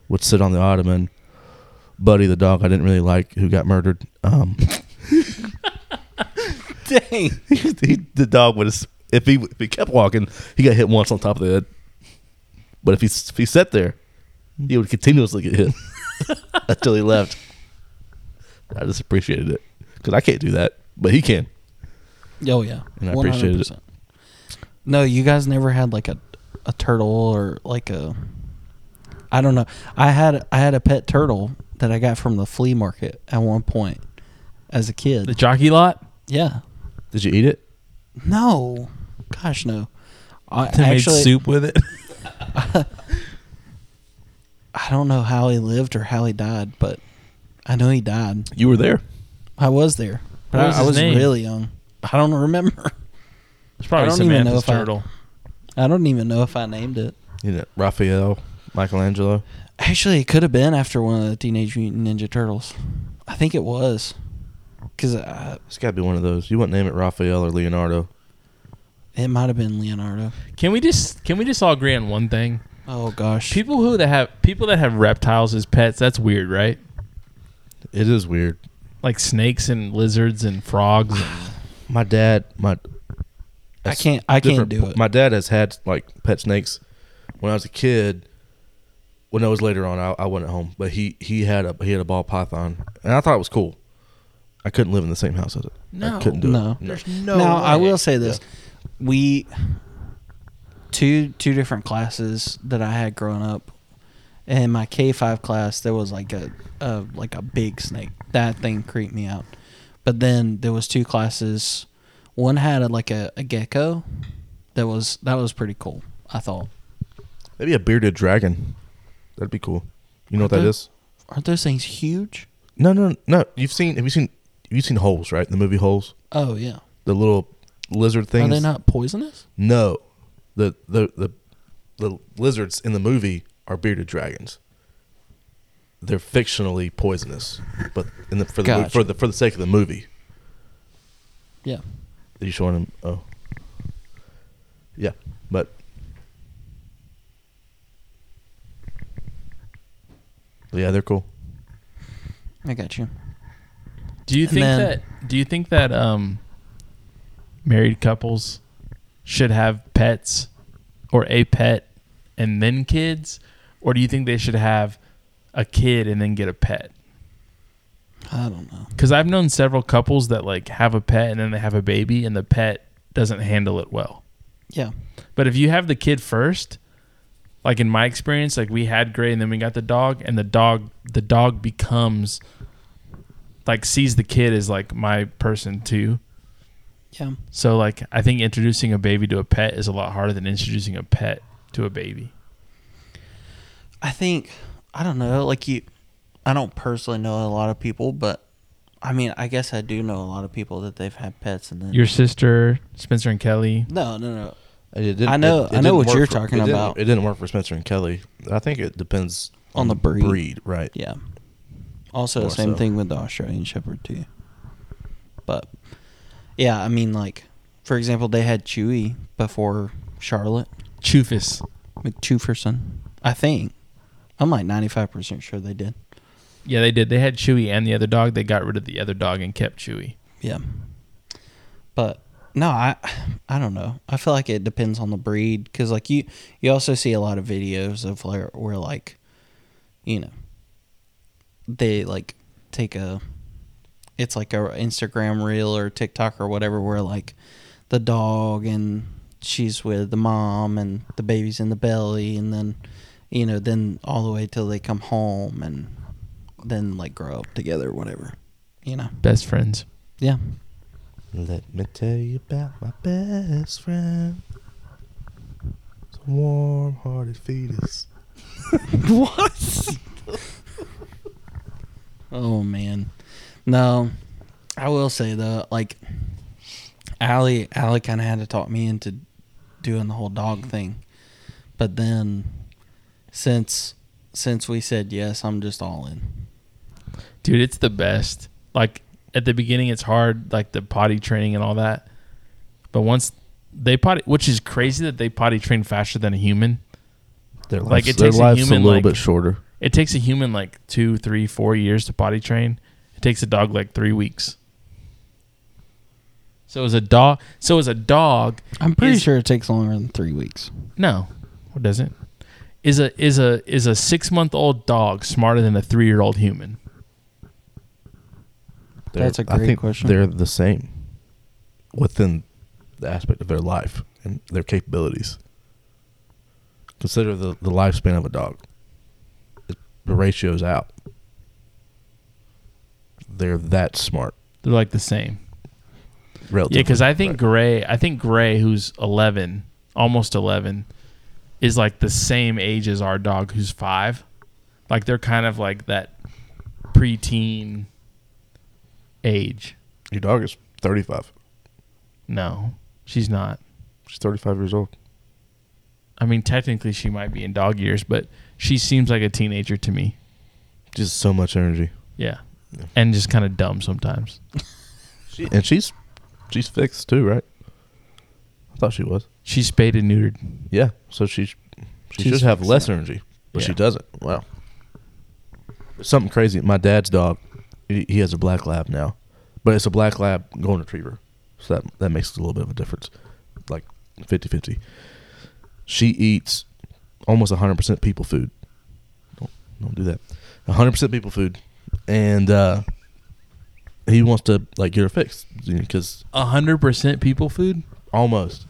Speaker 2: would sit on the ottoman. Buddy, the dog I didn't really like, who got murdered. Um,
Speaker 4: Dang.
Speaker 2: he, he, the dog would have, if he if he kept walking, he got hit once on top of the head. But if he s- if he sat there, he would continuously get hit until he left. I just appreciated it because I can't do that, but he can.
Speaker 4: Oh yeah.
Speaker 2: And I appreciate it.
Speaker 4: 100%. No, you guys never had like a a turtle or like a I don't know. I had I had a pet turtle that I got from the flea market at one point as a kid.
Speaker 1: The jockey lot?
Speaker 4: yeah.
Speaker 2: Did you eat it?
Speaker 4: No. Gosh no. I
Speaker 1: They
Speaker 4: actually
Speaker 1: made soup with it.
Speaker 4: I don't know how he lived or how he died, but I know he died.
Speaker 2: You were there.
Speaker 4: I was there. But
Speaker 1: What
Speaker 4: I
Speaker 1: was
Speaker 4: I
Speaker 1: his
Speaker 4: was
Speaker 1: name?
Speaker 4: really young. I don't remember.
Speaker 1: It's
Speaker 4: I
Speaker 1: probably
Speaker 4: don't even know
Speaker 1: Samantha's
Speaker 4: if I-
Speaker 1: turtle.
Speaker 4: I don't even know if I named it.
Speaker 2: You know, Raphael, Michelangelo.
Speaker 4: Actually, it could have been after one of the Teenage Mutant Ninja Turtles. I think it was. uh, Because
Speaker 2: It's got to be one of those. You wouldn't name it Raphael or Leonardo.
Speaker 4: it might have been Leonardo.
Speaker 1: Can we just can we just all agree on one thing?
Speaker 4: Oh, gosh.
Speaker 1: People who that have people that have reptiles as pets, that's weird, right?
Speaker 2: It is weird.
Speaker 1: Like snakes and lizards and frogs. And,
Speaker 2: My dad, my
Speaker 4: I can't- I
Speaker 2: different-
Speaker 4: can't do it.
Speaker 2: My dad has had like pet snakes when I was a kid. Well, no, it was later on. I, I went at home, but he he had a he had a ball python, and I thought it was cool. I couldn't live in the same house as it.
Speaker 1: No.
Speaker 2: I couldn't do
Speaker 4: No.
Speaker 2: it. No.
Speaker 1: no.
Speaker 4: now I will say this: we two two different classes that I had growing up. In my K five class, there was like a, a like a big snake. That thing creeped me out. But then there was two classes. One had a, like a, a gecko. That was that was pretty cool. I thought.
Speaker 2: Maybe a bearded dragon. That'd be cool. You know what that
Speaker 4: Okay.
Speaker 2: is?
Speaker 4: Aren't those things huge?
Speaker 2: No, no, no. You've seen have you seen have you seen holes right? The movie holes,
Speaker 4: Oh yeah.
Speaker 2: the little lizard
Speaker 4: Are
Speaker 2: things.
Speaker 4: they not poisonous?
Speaker 2: No, the the the the lizards in the movie are bearded dragons. They're fictionally poisonous, but in the for the
Speaker 4: Gotcha.
Speaker 2: for the for the sake of the movie,
Speaker 4: Yeah.
Speaker 2: Are you showing him? Oh, yeah, but but yeah, they're cool.
Speaker 4: I got you.
Speaker 1: Do you
Speaker 4: And
Speaker 1: think
Speaker 4: then-
Speaker 1: that? Do you think that um, married couples should have pets or a pet and then kids, or do you think they should have a kid and then get a pet?
Speaker 4: I don't know.
Speaker 1: Because I've known several couples that like have a pet and then they have a baby and the pet doesn't handle it well.
Speaker 4: Yeah.
Speaker 1: But if you have the kid first, like in my experience, like we had Gray and then we got the dog, and the dog the dog becomes like sees the kid as like my person too.
Speaker 4: Yeah.
Speaker 1: So like I think introducing a baby to a pet is a lot harder than introducing a pet to a baby.
Speaker 4: I think I don't know. Like you, I don't personally know a lot of people, but I mean, I guess I do know a lot of people that they've had pets and then
Speaker 1: Your sister, Spencer and Kelly.
Speaker 4: no, no, no.
Speaker 2: It didn't-
Speaker 4: I know- I know
Speaker 2: didn't
Speaker 4: what
Speaker 2: work
Speaker 4: you're
Speaker 2: for-
Speaker 4: talking
Speaker 2: it didn't-
Speaker 4: about.
Speaker 2: it didn't work for Spencer and Kelly. I think it depends
Speaker 4: On the breed.
Speaker 2: right?
Speaker 4: Yeah. Also,
Speaker 2: More
Speaker 4: same
Speaker 2: so.
Speaker 4: thing with the Australian Shepherd too. But yeah, I mean, like for example, they had Chewy before Charlotte
Speaker 1: Chufus.
Speaker 4: McChuferson. I think I'm like 95 percent sure they did.
Speaker 1: Yeah, they did. They had Chewy and the other dog. They got rid of the other dog and kept Chewy.
Speaker 4: Yeah. But no, I I don't know. I feel like it depends on the breed cuz like you you also see a lot of videos of where, where like you know they like take a it's like a Instagram reel or TikTok or whatever where like the dog and she's with the mom and the baby's in the belly and then you know then all the way till they come home and then like grow up together or whatever you know
Speaker 1: Best friends.
Speaker 4: yeah
Speaker 2: Let me tell you about my best friend. It's a warm hearted fetus.
Speaker 4: what? oh man, no. I will say though, like Allie, Allie kind of had to talk me into doing the whole dog thing, but then since since we said yes, I'm just all in.
Speaker 1: Dude, it's the best. Like at the beginning, it's hard, like the potty training and all that. But once they potty, which is crazy that they potty train faster than a human.
Speaker 2: Their
Speaker 1: Like,
Speaker 2: lives,
Speaker 1: it
Speaker 2: their
Speaker 1: takes a
Speaker 2: lives
Speaker 1: human,
Speaker 2: little
Speaker 1: like-
Speaker 2: bit shorter.
Speaker 1: It takes a human like two, three, four years to potty train. It takes a dog like three weeks. So as a dog, so as a dog,
Speaker 4: I'm pretty
Speaker 1: Is-
Speaker 4: sure it takes longer than three weeks.
Speaker 1: no, what does it? Is a is a is a six month old dog smarter than a three year old human?
Speaker 2: They're-
Speaker 4: That's a
Speaker 2: I
Speaker 4: great
Speaker 2: think
Speaker 4: question.
Speaker 2: They're the same within the aspect of their life and their capabilities. Consider the, the lifespan of a dog. It, the ratio's out. They're that smart.
Speaker 1: They're like the same.
Speaker 2: Relatively.
Speaker 1: Yeah, because I think
Speaker 2: Right.
Speaker 1: Gray, I think Gray, who's eleven, almost eleven, is like the same age as our dog, who's five. Like they're kind of like that preteen age.
Speaker 2: your dog is 35.
Speaker 1: No, she's not.
Speaker 2: She's 35 years old.
Speaker 1: I mean, technically, she might be in dog years, but she seems like a teenager to me.
Speaker 2: Just so much energy.
Speaker 1: Yeah, and just kind of dumb sometimes.
Speaker 2: She, and she's she's fixed too, right? I thought she was.
Speaker 1: She's spayed and neutered.
Speaker 2: Yeah. So she sh- she
Speaker 4: She's
Speaker 2: should have
Speaker 4: fixed,
Speaker 2: less energy, but she
Speaker 1: Yeah.
Speaker 2: doesn't. Wow. Something crazy. My dad's dog, he, he has a black lab now, but it's a black lab golden retriever, so that that makes a little bit of a difference, like 50-50. She eats almost 100% people food. do that. 100% people food. And uh, he wants to like get her fixed because
Speaker 1: hundred percent people food.
Speaker 2: almost,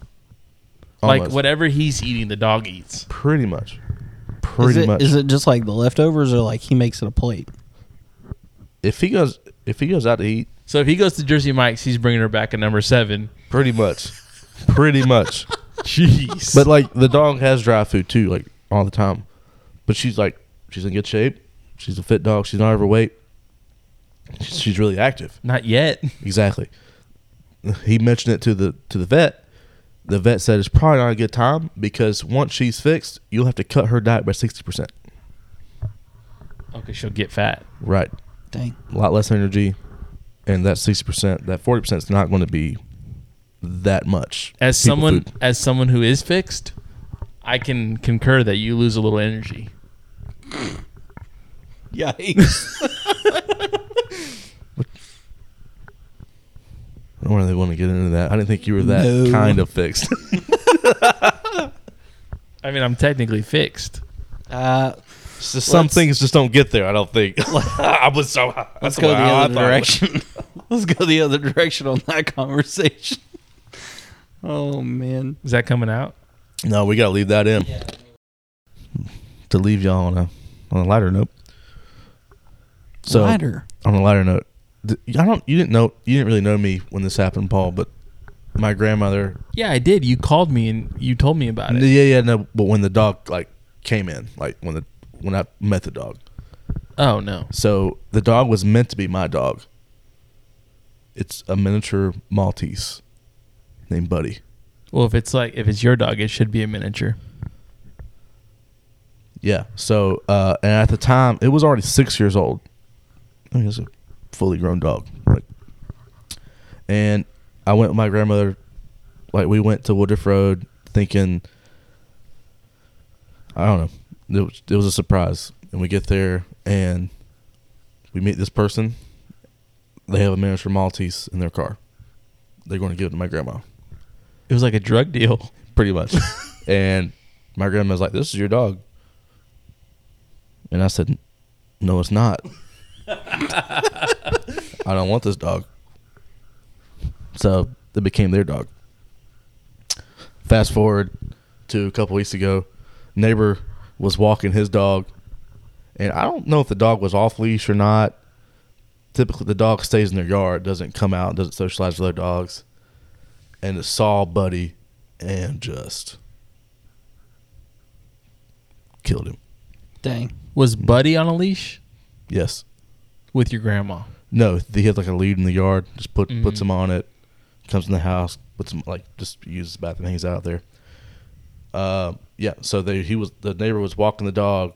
Speaker 1: Like
Speaker 2: Almost.
Speaker 1: whatever he's eating, the dog eats.
Speaker 2: Pretty much.
Speaker 4: Is
Speaker 2: Pretty
Speaker 4: it,
Speaker 2: much.
Speaker 4: is it just like the leftovers, or like he makes it a plate?
Speaker 2: if he goes, if he goes out to eat,
Speaker 1: So if he goes to Jersey Mike's, he's bringing her back a number seven.
Speaker 2: pretty much, pretty much.
Speaker 1: Jeez.
Speaker 2: But like the dog has dry food too, like all the time. But she's like she's in good shape. She's a fit dog. She's not overweight. She's she's really active.
Speaker 1: not yet.
Speaker 2: Exactly. He mentioned it to the to the vet. The vet said it's probably not a good time because once she's fixed, you'll have to cut her diet by sixty percent.
Speaker 1: Okay, she'll get fat.
Speaker 2: Right.
Speaker 4: Dang.
Speaker 2: A lot less energy, and that sixty percent, that forty percent is not going to be that much.
Speaker 1: As
Speaker 2: people
Speaker 1: someone
Speaker 2: food.
Speaker 1: as someone who is fixed, I can concur that you lose a little energy.
Speaker 4: Yikes.
Speaker 2: I don't really want to get into that. I didn't think you were that
Speaker 4: No.
Speaker 2: kind of fixed.
Speaker 1: I mean, I'm technically fixed.
Speaker 4: uh,
Speaker 2: So some
Speaker 4: Let's-
Speaker 2: things just don't get there. I don't think. I was so.
Speaker 4: let's go the other direction. let's go the other direction on that conversation. oh man.
Speaker 1: Is that coming out?
Speaker 2: No, we gotta leave that in to leave y'all on a on a lighter note. So
Speaker 4: Lighter.
Speaker 2: on a lighter note, th- I don't. You didn't know. You didn't really know me when this happened, Paul. But my grandmother.
Speaker 1: Yeah, I did. You called me and you told me about it.
Speaker 2: Yeah, yeah, no. But when the dog like came in, like when the when I met the dog,
Speaker 1: Oh no.
Speaker 2: so the dog was meant to be my dog. It's a miniature Maltese named Buddy.
Speaker 1: Well, if it's like if it's your dog, it should be a miniature.
Speaker 2: Yeah. So, uh, and at the time, it was already six years old. I mean, it's a fully grown dog. Like, and I went with my grandmother. Like, we went to Woodruff Road thinking, I don't know, it was, it was a surprise. And we get there and we meet this person. They have a miniature Maltese in their car. They're going to give it to my grandma
Speaker 1: It was like a drug deal.
Speaker 2: pretty much. and my grandma's like, "This is your dog," and I said, "No, it's not. I don't want this dog." So it became their dog. Fast forward to a couple weeks ago, neighbor was walking his dog, and I don't know if the dog was off leash or not. Typically, the dog stays in their yard, doesn't come out, doesn't socialize with other dogs, and it saw Buddy and just killed him.
Speaker 4: Dang.
Speaker 1: Was Buddy on a leash
Speaker 2: Yes.
Speaker 1: with your grandma?
Speaker 2: No, he had like a lead in the yard. Just put puts
Speaker 1: Mm-hmm.
Speaker 2: him on it. Comes in the house. Puts him like just uses the bathroom. Hangs out there. Uh, yeah. So they he was the neighbor was walking the dog.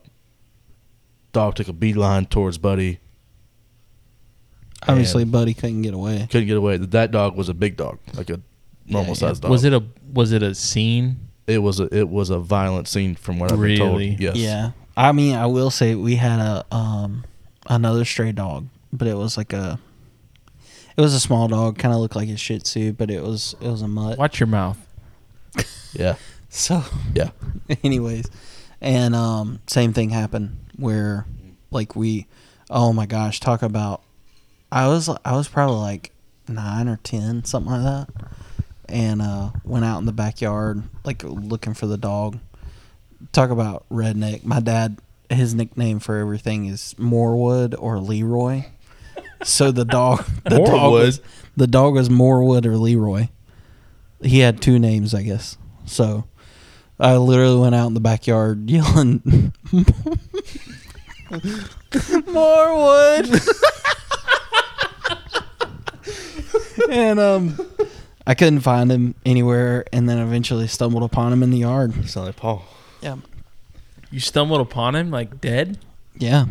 Speaker 2: Dog took a beeline towards Buddy.
Speaker 4: Obviously,
Speaker 2: And
Speaker 4: Buddy couldn't get away.
Speaker 2: couldn't get away. That dog was a big dog, like a normal sized dog.
Speaker 1: Was it a was it a scene?
Speaker 2: It was a it was a violent scene from what I've been told.
Speaker 1: Really?
Speaker 2: Yes.
Speaker 4: Yeah. I mean, I will say we had a um another stray dog, but it was like a it was a small dog, kind of looked like a Shih Tzu, but it was it was a mutt.
Speaker 1: Watch your mouth.
Speaker 2: Yeah.
Speaker 4: So,
Speaker 2: Yeah.
Speaker 4: anyways, and um same thing happened where like we oh my gosh, talk about I was I was probably like 9 or 10, something like that. And uh went out in the backyard like looking for the dog. Talk about redneck. My dad his nickname for everything is Morewood or Leroy. So the dog the dog was,
Speaker 2: Morewood?
Speaker 4: the dog was Morewood or Leroy. He had two names, I guess. So I literally went out in the backyard yelling, "More wood!" and um, I couldn't find him anywhere, and then eventually stumbled upon him in the yard.
Speaker 2: Sound like Paul.
Speaker 4: Yeah,
Speaker 1: You stumbled upon him like dead.
Speaker 4: yeah.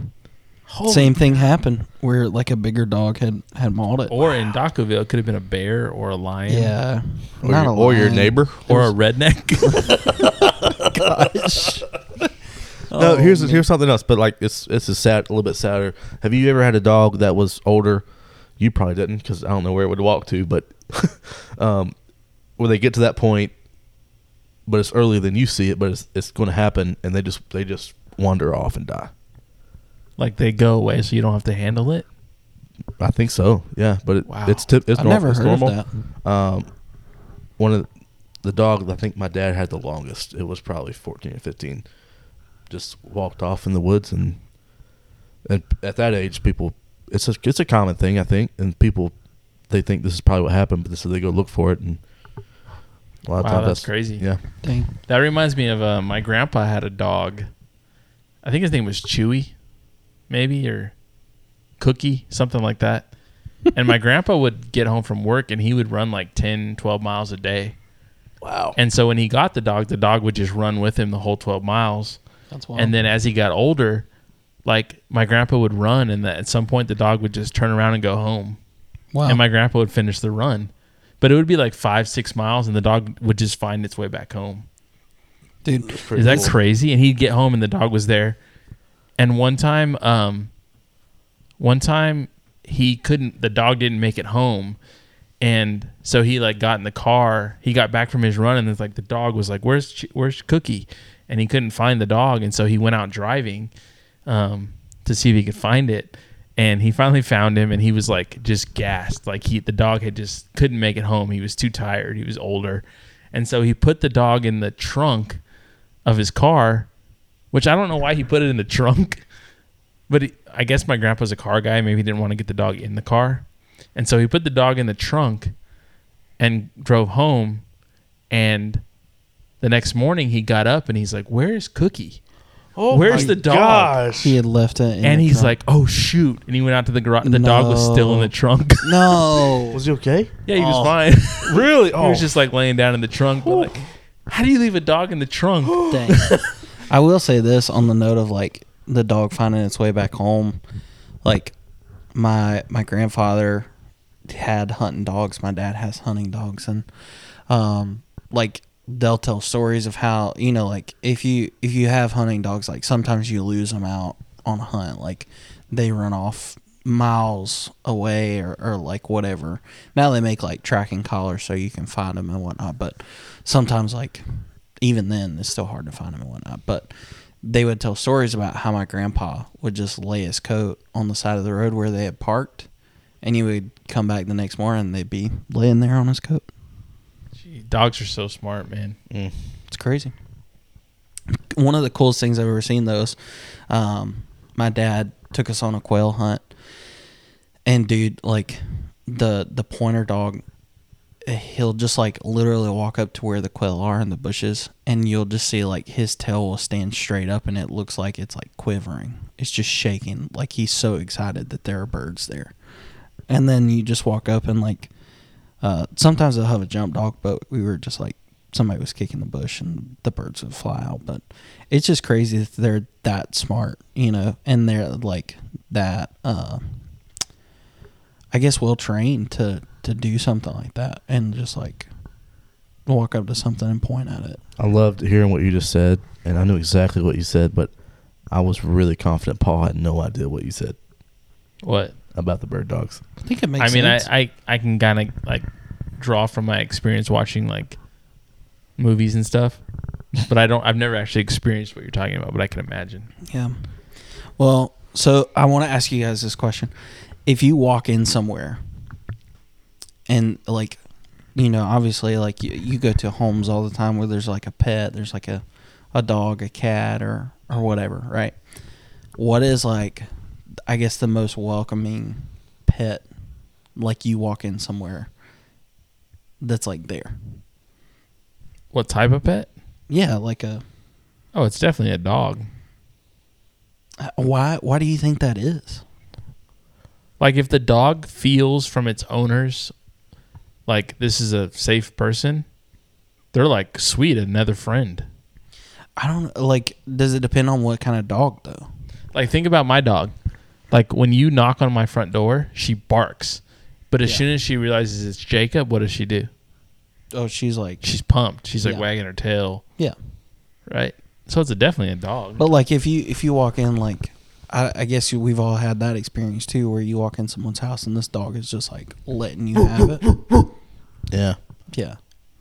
Speaker 2: Oh,
Speaker 1: Holy
Speaker 4: Same thing happened where like a bigger dog had had mauled
Speaker 2: Oh,
Speaker 4: it.
Speaker 1: Or in Dockerville, it could have been a bear or a lion.
Speaker 4: yeah,
Speaker 2: Or, your, or your
Speaker 4: lion.
Speaker 2: neighbor.
Speaker 1: Or a redneck.
Speaker 2: No,
Speaker 4: Oh,
Speaker 2: here's
Speaker 4: man.
Speaker 2: here's something else, but like it's it's a sad, a little bit sadder. Have you ever had a dog that was older? You probably didn't, because I don't know where it would walk to. But um, when they get to that point, but it's earlier than you see it, but it's it's going to happen, and they just they just wander off and die.
Speaker 1: Like they go away, so you don't have to handle it.
Speaker 2: I think so. Yeah, but it,
Speaker 1: Wow.
Speaker 2: it's tip. It's
Speaker 4: I've
Speaker 2: normal.
Speaker 4: never
Speaker 2: it's
Speaker 4: heard of
Speaker 2: normal. Um, one of the, the dog. I think my dad had the longest. It was probably fourteen or fifteen. Just walked off in the woods, and and at that age, people. It's a it's a common thing, I think, and people they think this is probably what happened, but so they go look for it, and a lot of
Speaker 1: Wow,
Speaker 2: times
Speaker 1: that's crazy.
Speaker 2: Yeah,
Speaker 4: Dang.
Speaker 1: That reminds me of uh, my grandpa had a dog. I think his name was Chewy, maybe or Cookie, something like that. and my grandpa would get home from work and he would run like 10, 12 miles a day.
Speaker 2: wow.
Speaker 1: And so when he got the dog, the dog would just run with him the whole 12 miles.
Speaker 4: That's wild.
Speaker 1: And then as he got older, like my grandpa would run and at some point the dog would just turn around and go home.
Speaker 4: wow.
Speaker 1: And my grandpa would finish the run. But it would be like five, six miles and the dog would just find its way back home.
Speaker 4: Dude,
Speaker 2: Pretty
Speaker 1: Is that
Speaker 2: cool.
Speaker 1: crazy? And he'd get home and the dog was there. And one time, um, one time he couldn't, the dog didn't make it home. And so he like got in the car. He got back from his run and it's like the dog was like, where's, Ch- where's Cookie? And he couldn't find the dog. And so he went out driving, um, to see if he could find it. And he finally found him and he was like just gassed. Like he, the dog had just couldn't make it home. He was too tired. He was older. And so he put the dog in the trunk of his car, which I don't know why he put it in the trunk, but he, I guess my grandpa's a car guy. Maybe he didn't want to get the dog in the car. And so he put the dog in the trunk and drove home. And the next morning he got up and he's like, Where is Cookie?
Speaker 2: Oh
Speaker 1: Where's
Speaker 2: my
Speaker 1: the dog?
Speaker 2: Gosh.
Speaker 4: he had left it. in
Speaker 1: And
Speaker 4: the
Speaker 1: he's
Speaker 4: trunk.
Speaker 1: like, Oh, shoot. And he went out to the garage. The dog was still in
Speaker 4: No.
Speaker 1: the trunk.
Speaker 4: no.
Speaker 2: Was he okay?
Speaker 1: yeah, he was
Speaker 4: Oh.
Speaker 1: fine.
Speaker 2: Really? Oh,
Speaker 1: he was just like laying down in the trunk. But like, how do you leave a dog in the trunk?
Speaker 4: Dang. I will say this on the note of like the dog finding its way back home. Like my my grandfather had hunting dogs. My dad has hunting dogs, and um, like they'll tell stories of how you know, like if you if you have hunting dogs, like sometimes you lose them out on a hunt, like they run off miles away or, or like whatever. Now they make like tracking collars so you can find them and whatnot, but sometimes like even then it's still hard to find them and whatnot. But they would tell stories about how my grandpa would just lay his coat on the side of the road where they had parked, and he would come back the next morning and they'd be laying there on his coat.
Speaker 1: Gee, dogs are so smart, man.
Speaker 4: It's crazy. One of the coolest things I've ever seen though is um, my dad took us on a quail hunt, and dude, like the the pointer dog, he'll just like literally walk up to where the quail are in the bushes, and you'll just see like his tail will stand straight up, and it looks like it's like quivering. It's just shaking, like he's so excited that there are birds there. And then you just walk up and like uh, sometimes they'll have a jump dog, but we were just like somebody was kicking the bush and the birds would fly out. But it's just crazy that they're that smart, you know, and they're like that. Uh, I guess well trained to to do something like that and just like walk up to something and point at it.
Speaker 2: I loved hearing what you just said, and I knew exactly what you said, but I was really confident Paul had no idea what you said
Speaker 1: What?
Speaker 2: about the bird dogs.
Speaker 4: I think it
Speaker 1: I
Speaker 4: makes.
Speaker 1: mean,
Speaker 4: sense.
Speaker 1: I, I I can kind of like draw from my experience watching like movies and stuff, but I don't. I've never actually experienced what you're talking about, but I can imagine.
Speaker 4: Yeah. Well, so I want to ask you guys this question. If you walk in somewhere and like you know, obviously like you, you go to homes all the time where there's like a pet, there's like a a dog, a cat or or whatever, right? What is like I guess the most welcoming pet like you walk in somewhere that's like there.
Speaker 1: What type of pet?
Speaker 4: Yeah, like a
Speaker 1: Oh, it's definitely a dog.
Speaker 4: why why do you think that is?
Speaker 1: Like if the dog feels from its owners, like this is a safe person, they're like sweet another friend.
Speaker 4: I don't like. Does it depend on what kind of dog though?
Speaker 1: Like think about my dog. Like when you knock on my front door, she barks, but as
Speaker 4: Yeah.
Speaker 1: soon as she realizes it's Jacob, what does she do?
Speaker 4: Oh, she's like,
Speaker 1: She's pumped. She's like
Speaker 4: Yeah.
Speaker 1: wagging her tail.
Speaker 4: yeah.
Speaker 1: right? So it's a, definitely a dog.
Speaker 4: But like, if you if you walk in, like, I, I guess you, we've all had that experience too, where you walk in someone's house and this dog is just like letting you have it.
Speaker 2: Yeah,
Speaker 4: Yeah.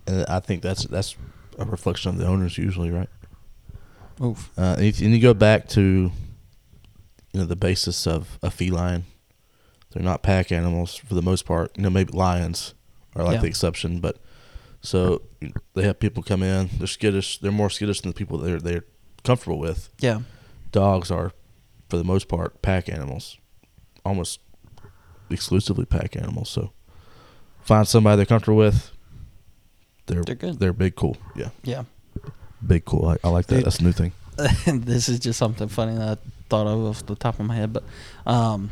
Speaker 2: and I think that's that's a reflection of the owners usually, right?
Speaker 4: Oof.
Speaker 2: Uh, if, and you go back to you know the basis of a feline. They're not pack animals for the most part. You know, maybe lions are like
Speaker 4: Yeah.
Speaker 2: the exception, but so they have people come in. They're skittish. They're more skittish than the people they're they're comfortable with.
Speaker 4: Yeah.
Speaker 2: Dogs are, for the most part, pack animals, almost exclusively pack animals. So find somebody they're comfortable with. They're
Speaker 4: They're good.
Speaker 2: They're big cool. Yeah,
Speaker 4: Yeah.
Speaker 2: big cool. I, I like that.
Speaker 4: Dude.
Speaker 2: That's a new thing.
Speaker 4: this is just something funny that I thought of off the top of my head, but um,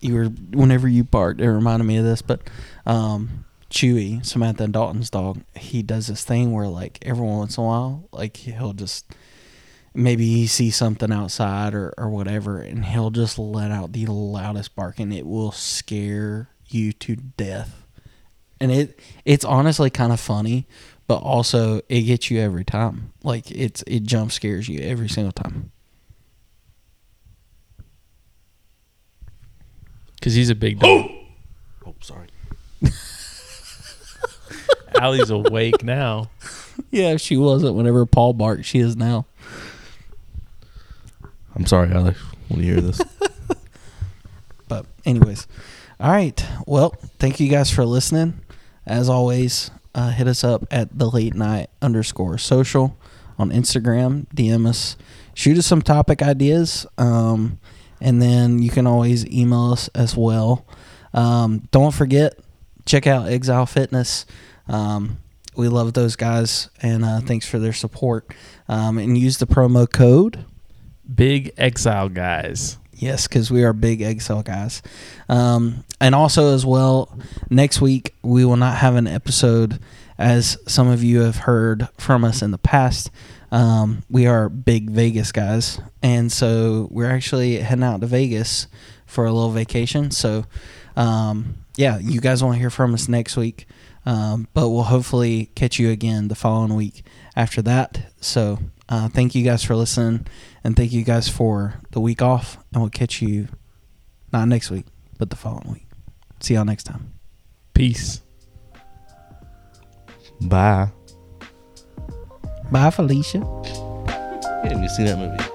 Speaker 4: you were whenever you barked, it reminded me of this. But um, Chewy, Samantha Dalton's dog, he does this thing where like every once in a while, like he'll just maybe he sees something outside or or whatever, and he'll just let out the loudest bark, and it will scare you to death. And it it's honestly kind of funny, but also it gets you every time. Like it's it jump scares you every single time.
Speaker 1: because he's a big dog.
Speaker 2: Oh, sorry.
Speaker 1: Allie's awake now.
Speaker 4: Yeah, she wasn't whenever Paul barked, she is now.
Speaker 2: I'm sorry, Alex. When you hear this,
Speaker 4: But anyways, all right. Well, thank you guys for listening. As always, uh, hit us up at the late night underscore social on Instagram. DM us, shoot us some topic ideas, um, and then you can always email us as well. Um, don't forget, check out Exile Fitness. Um, we love those guys, and uh, thanks for their support. Um, and use the promo code.
Speaker 1: Big exile guys.
Speaker 4: Yes, because we are big Excel guys. Um, and also, as well, next week we will not have an episode, as some of you have heard from us in the past. Um, we are big Vegas guys. And so we're actually heading out to Vegas for a little vacation. So, um, yeah, you guys want to hear from us next week. Um, but we'll hopefully catch you again the following week after that. So, uh, thank you guys for listening. And thank you guys for the week off. And we'll catch you not next week, but the following week. See y'all next time.
Speaker 1: Peace.
Speaker 2: bye.
Speaker 4: Bye, Felicia.
Speaker 2: Have you seen that movie?